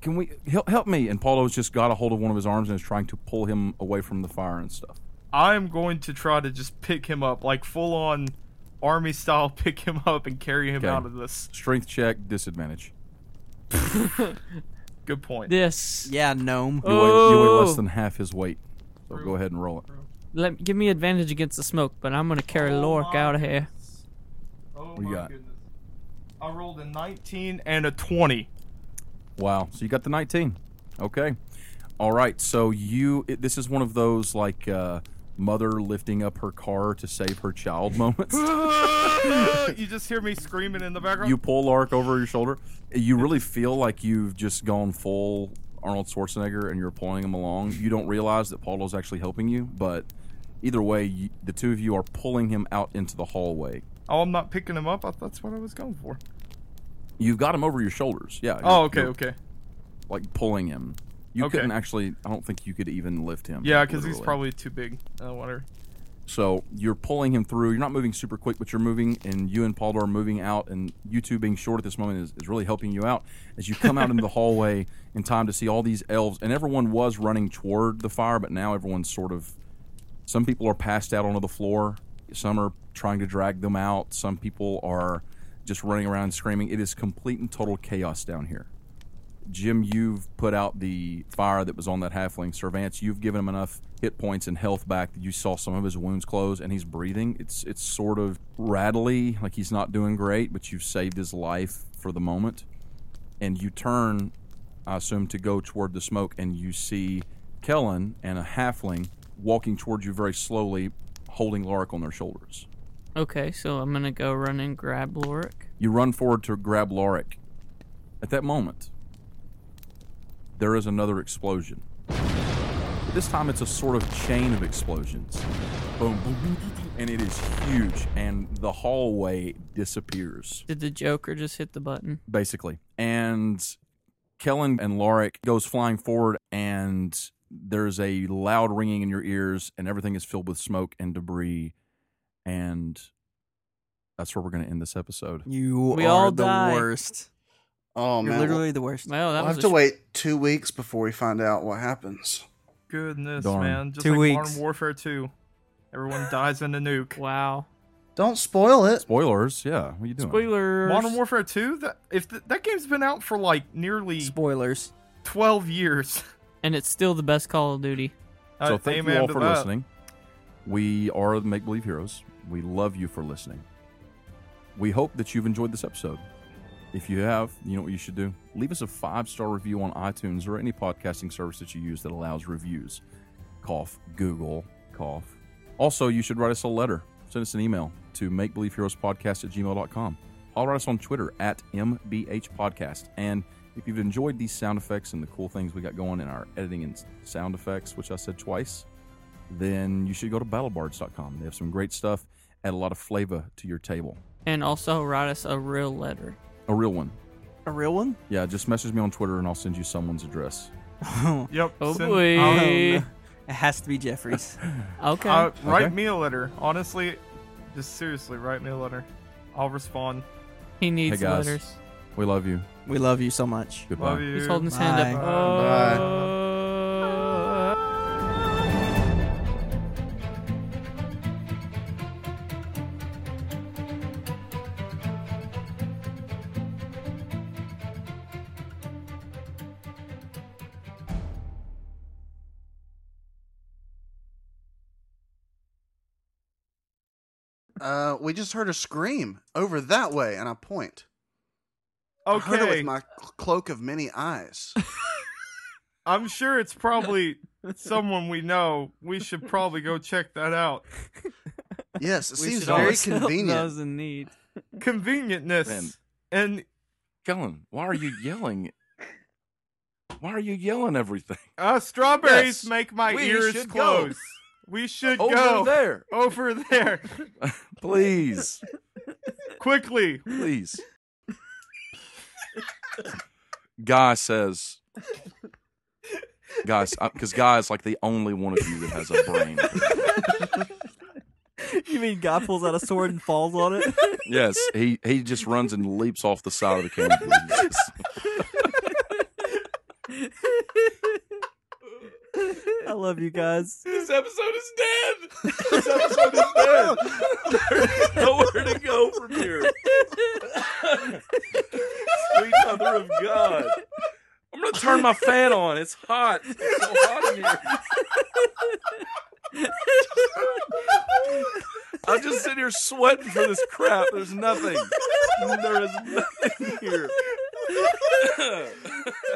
Speaker 2: Can we help help me?" And Paulo's just got a hold of one of his arms and is trying to pull him away from the fire and stuff.
Speaker 5: I'm going to try to just pick him up, like full on army style, [LAUGHS] pick him up and carry him
Speaker 2: Okay.
Speaker 5: out of this.
Speaker 2: Strength check disadvantage.
Speaker 5: Good point.
Speaker 1: This.
Speaker 3: yeah, gnome.
Speaker 2: You, weigh, you weigh less
Speaker 1: Oh.
Speaker 2: than half his weight. So go ahead and roll it.
Speaker 1: Let give me advantage against the smoke, but I'm gonna carry Lorik out of here.
Speaker 5: Oh
Speaker 2: do you
Speaker 5: my
Speaker 2: got?
Speaker 5: goodness. I rolled a 19 and a 20.
Speaker 2: Wow. So you got the 19. Okay. All right. So you, it, this is one of those like uh, mother lifting up her car to save her child [LAUGHS]
Speaker 5: [LAUGHS]
Speaker 2: moments.
Speaker 5: [COUGHS] you just hear me screaming in the background.
Speaker 2: you pull Lark over your shoulder. You really feel like you've just gone full Arnold Schwarzenegger and you're pulling him along. You don't realize that Paulo's actually helping you, but either way, you, the two of you are pulling him out into the hallway.
Speaker 5: oh, I'm not picking him up. I, that's what I was going for.
Speaker 2: You've got him over your shoulders. Yeah. you're-
Speaker 5: Oh, okay,
Speaker 2: you're,
Speaker 5: okay.
Speaker 2: Like pulling him. You
Speaker 5: Okay.
Speaker 2: couldn't actually, I don't think you could even lift him.
Speaker 5: Yeah, because he's
Speaker 2: literally.
Speaker 5: probably too big. Uh, whatever.
Speaker 2: So you're pulling him through. You're not moving super quick, but you're moving, and you and Paldor are moving out, and you two being short at this moment is, is really helping you out as you come out into the hallway in time to see all these elves. And everyone was running toward the fire, but now everyone's sort of. Some people are passed out onto the floor. Some are trying to drag them out. Some people are just running around screaming. It is complete and total chaos down here. Jim, you've put out the fire that was on that halfling. Servance, you've given him enough hit points and health back. You saw some of his wounds close, and he's breathing. It's it's sort of rattly, like he's not doing great, but you've saved his life for the moment. And you turn, I assume, to go toward the smoke, and you see Kellen and a halfling walking towards you very slowly, holding Lark on their shoulders.
Speaker 1: Okay, so I'm gonna go run and grab Lorik.
Speaker 2: You run forward to grab Lorik. At that moment, there is another explosion. This time it's a sort of chain of explosions. Boom, boom, boom, boom, boom, and it is huge, and the hallway disappears,
Speaker 1: Did the Joker just hit the button?
Speaker 2: basically. And Kellen and Lorik goes flying forward, and there's a loud ringing in your ears, and everything is filled with smoke and debris. And that's where we're going to end this episode.
Speaker 3: You
Speaker 1: We
Speaker 3: are
Speaker 1: all
Speaker 3: the
Speaker 1: die.
Speaker 3: worst.
Speaker 4: Oh
Speaker 3: You're
Speaker 4: man,
Speaker 3: literally the worst.
Speaker 1: Well, that
Speaker 4: we'll
Speaker 1: was
Speaker 4: have
Speaker 1: a
Speaker 4: to
Speaker 1: sh-
Speaker 4: wait two weeks before we find out what happens.
Speaker 5: Goodness,
Speaker 2: Darn.
Speaker 5: man. Just
Speaker 3: Two
Speaker 5: like
Speaker 3: weeks.
Speaker 5: Modern Warfare 2. [SIGHS] Everyone dies in a nuke.
Speaker 1: Wow.
Speaker 4: Don't spoil it.
Speaker 2: Spoilers, yeah. What are you doing?
Speaker 1: Spoilers.
Speaker 5: Modern Warfare 2? That, if th- that game's been out for like nearly
Speaker 3: Spoilers.
Speaker 5: 12 years.
Speaker 1: and it's still the best Call of Duty.
Speaker 5: [LAUGHS] Uh,
Speaker 2: So thank you
Speaker 5: amen
Speaker 2: all
Speaker 5: to
Speaker 2: for
Speaker 5: that.
Speaker 2: listening. We are the Make Believe Heroes. We love you for listening. We hope that you've enjoyed this episode. If you have, you know what you should do? Leave us a five star review on iTunes or any podcasting service that you use that allows reviews. Cough, Google, cough. Also, you should write us a letter. Send us an email to makebelieveheroespodcast at gmail.com. I'll write us on Twitter at MBH Podcast. And if you've enjoyed these sound effects and the cool things we got going in our editing and s- sound effects, which I said twice, then you should go to battlebards.com. They have some great stuff, add a lot of flavor to your table.
Speaker 1: And also write us a real letter.
Speaker 2: A real one.
Speaker 3: A real one?
Speaker 2: Yeah, just message me on Twitter and I'll send you someone's address.
Speaker 3: oh,
Speaker 5: Yep.
Speaker 1: Oh
Speaker 5: send-
Speaker 1: boy.
Speaker 3: no. It has to be Jeffries. [LAUGHS]
Speaker 1: Okay.
Speaker 5: Uh, write
Speaker 2: Okay.
Speaker 5: me a letter. Honestly, just seriously, write me a letter. I'll respond.
Speaker 1: he needs
Speaker 2: hey, guys.
Speaker 1: letters.
Speaker 2: We love you.
Speaker 3: we love you so much.
Speaker 2: Goodbye.
Speaker 5: Love you.
Speaker 1: He's holding his hand
Speaker 5: Bye.
Speaker 1: up. Oh.
Speaker 4: Uh, we just heard a scream over that way, and I point. I heard it
Speaker 5: Okay.
Speaker 4: with my cl- cloak of many eyes.
Speaker 5: I'm sure it's probably
Speaker 7: [LAUGHS]
Speaker 5: someone we know. We should probably go check that out.
Speaker 4: Yes, it
Speaker 1: We
Speaker 4: seems
Speaker 1: should [LAUGHS]
Speaker 4: very
Speaker 1: always help
Speaker 4: convenient.
Speaker 1: Those in need.
Speaker 5: Convenientness.
Speaker 2: Man.
Speaker 5: And
Speaker 7: Kellen, why are you yelling? Why are you yelling everything?
Speaker 5: uh, strawberries
Speaker 7: Yes.
Speaker 5: make my
Speaker 7: We
Speaker 5: ears
Speaker 7: should go.
Speaker 5: close. We should
Speaker 7: Over
Speaker 5: go
Speaker 7: there.
Speaker 5: over
Speaker 7: [LAUGHS]
Speaker 5: there
Speaker 7: Please.
Speaker 5: quickly.
Speaker 7: Please. Guy says, guys, because Guy is like the only one of you that has a brain.
Speaker 3: you mean God pulls out a sword and falls on it?
Speaker 7: Yes, he he just runs and leaps off the side of the canopy. Yes.
Speaker 3: [LAUGHS] I love you guys.
Speaker 7: This episode is dead. This episode is dead. There's nowhere to go from here. Sweet mother of God. I'm gonna turn my fan on. It's hot. It's so hot in here. I'm just sitting here sweating for this crap. There's nothing. There is nothing here.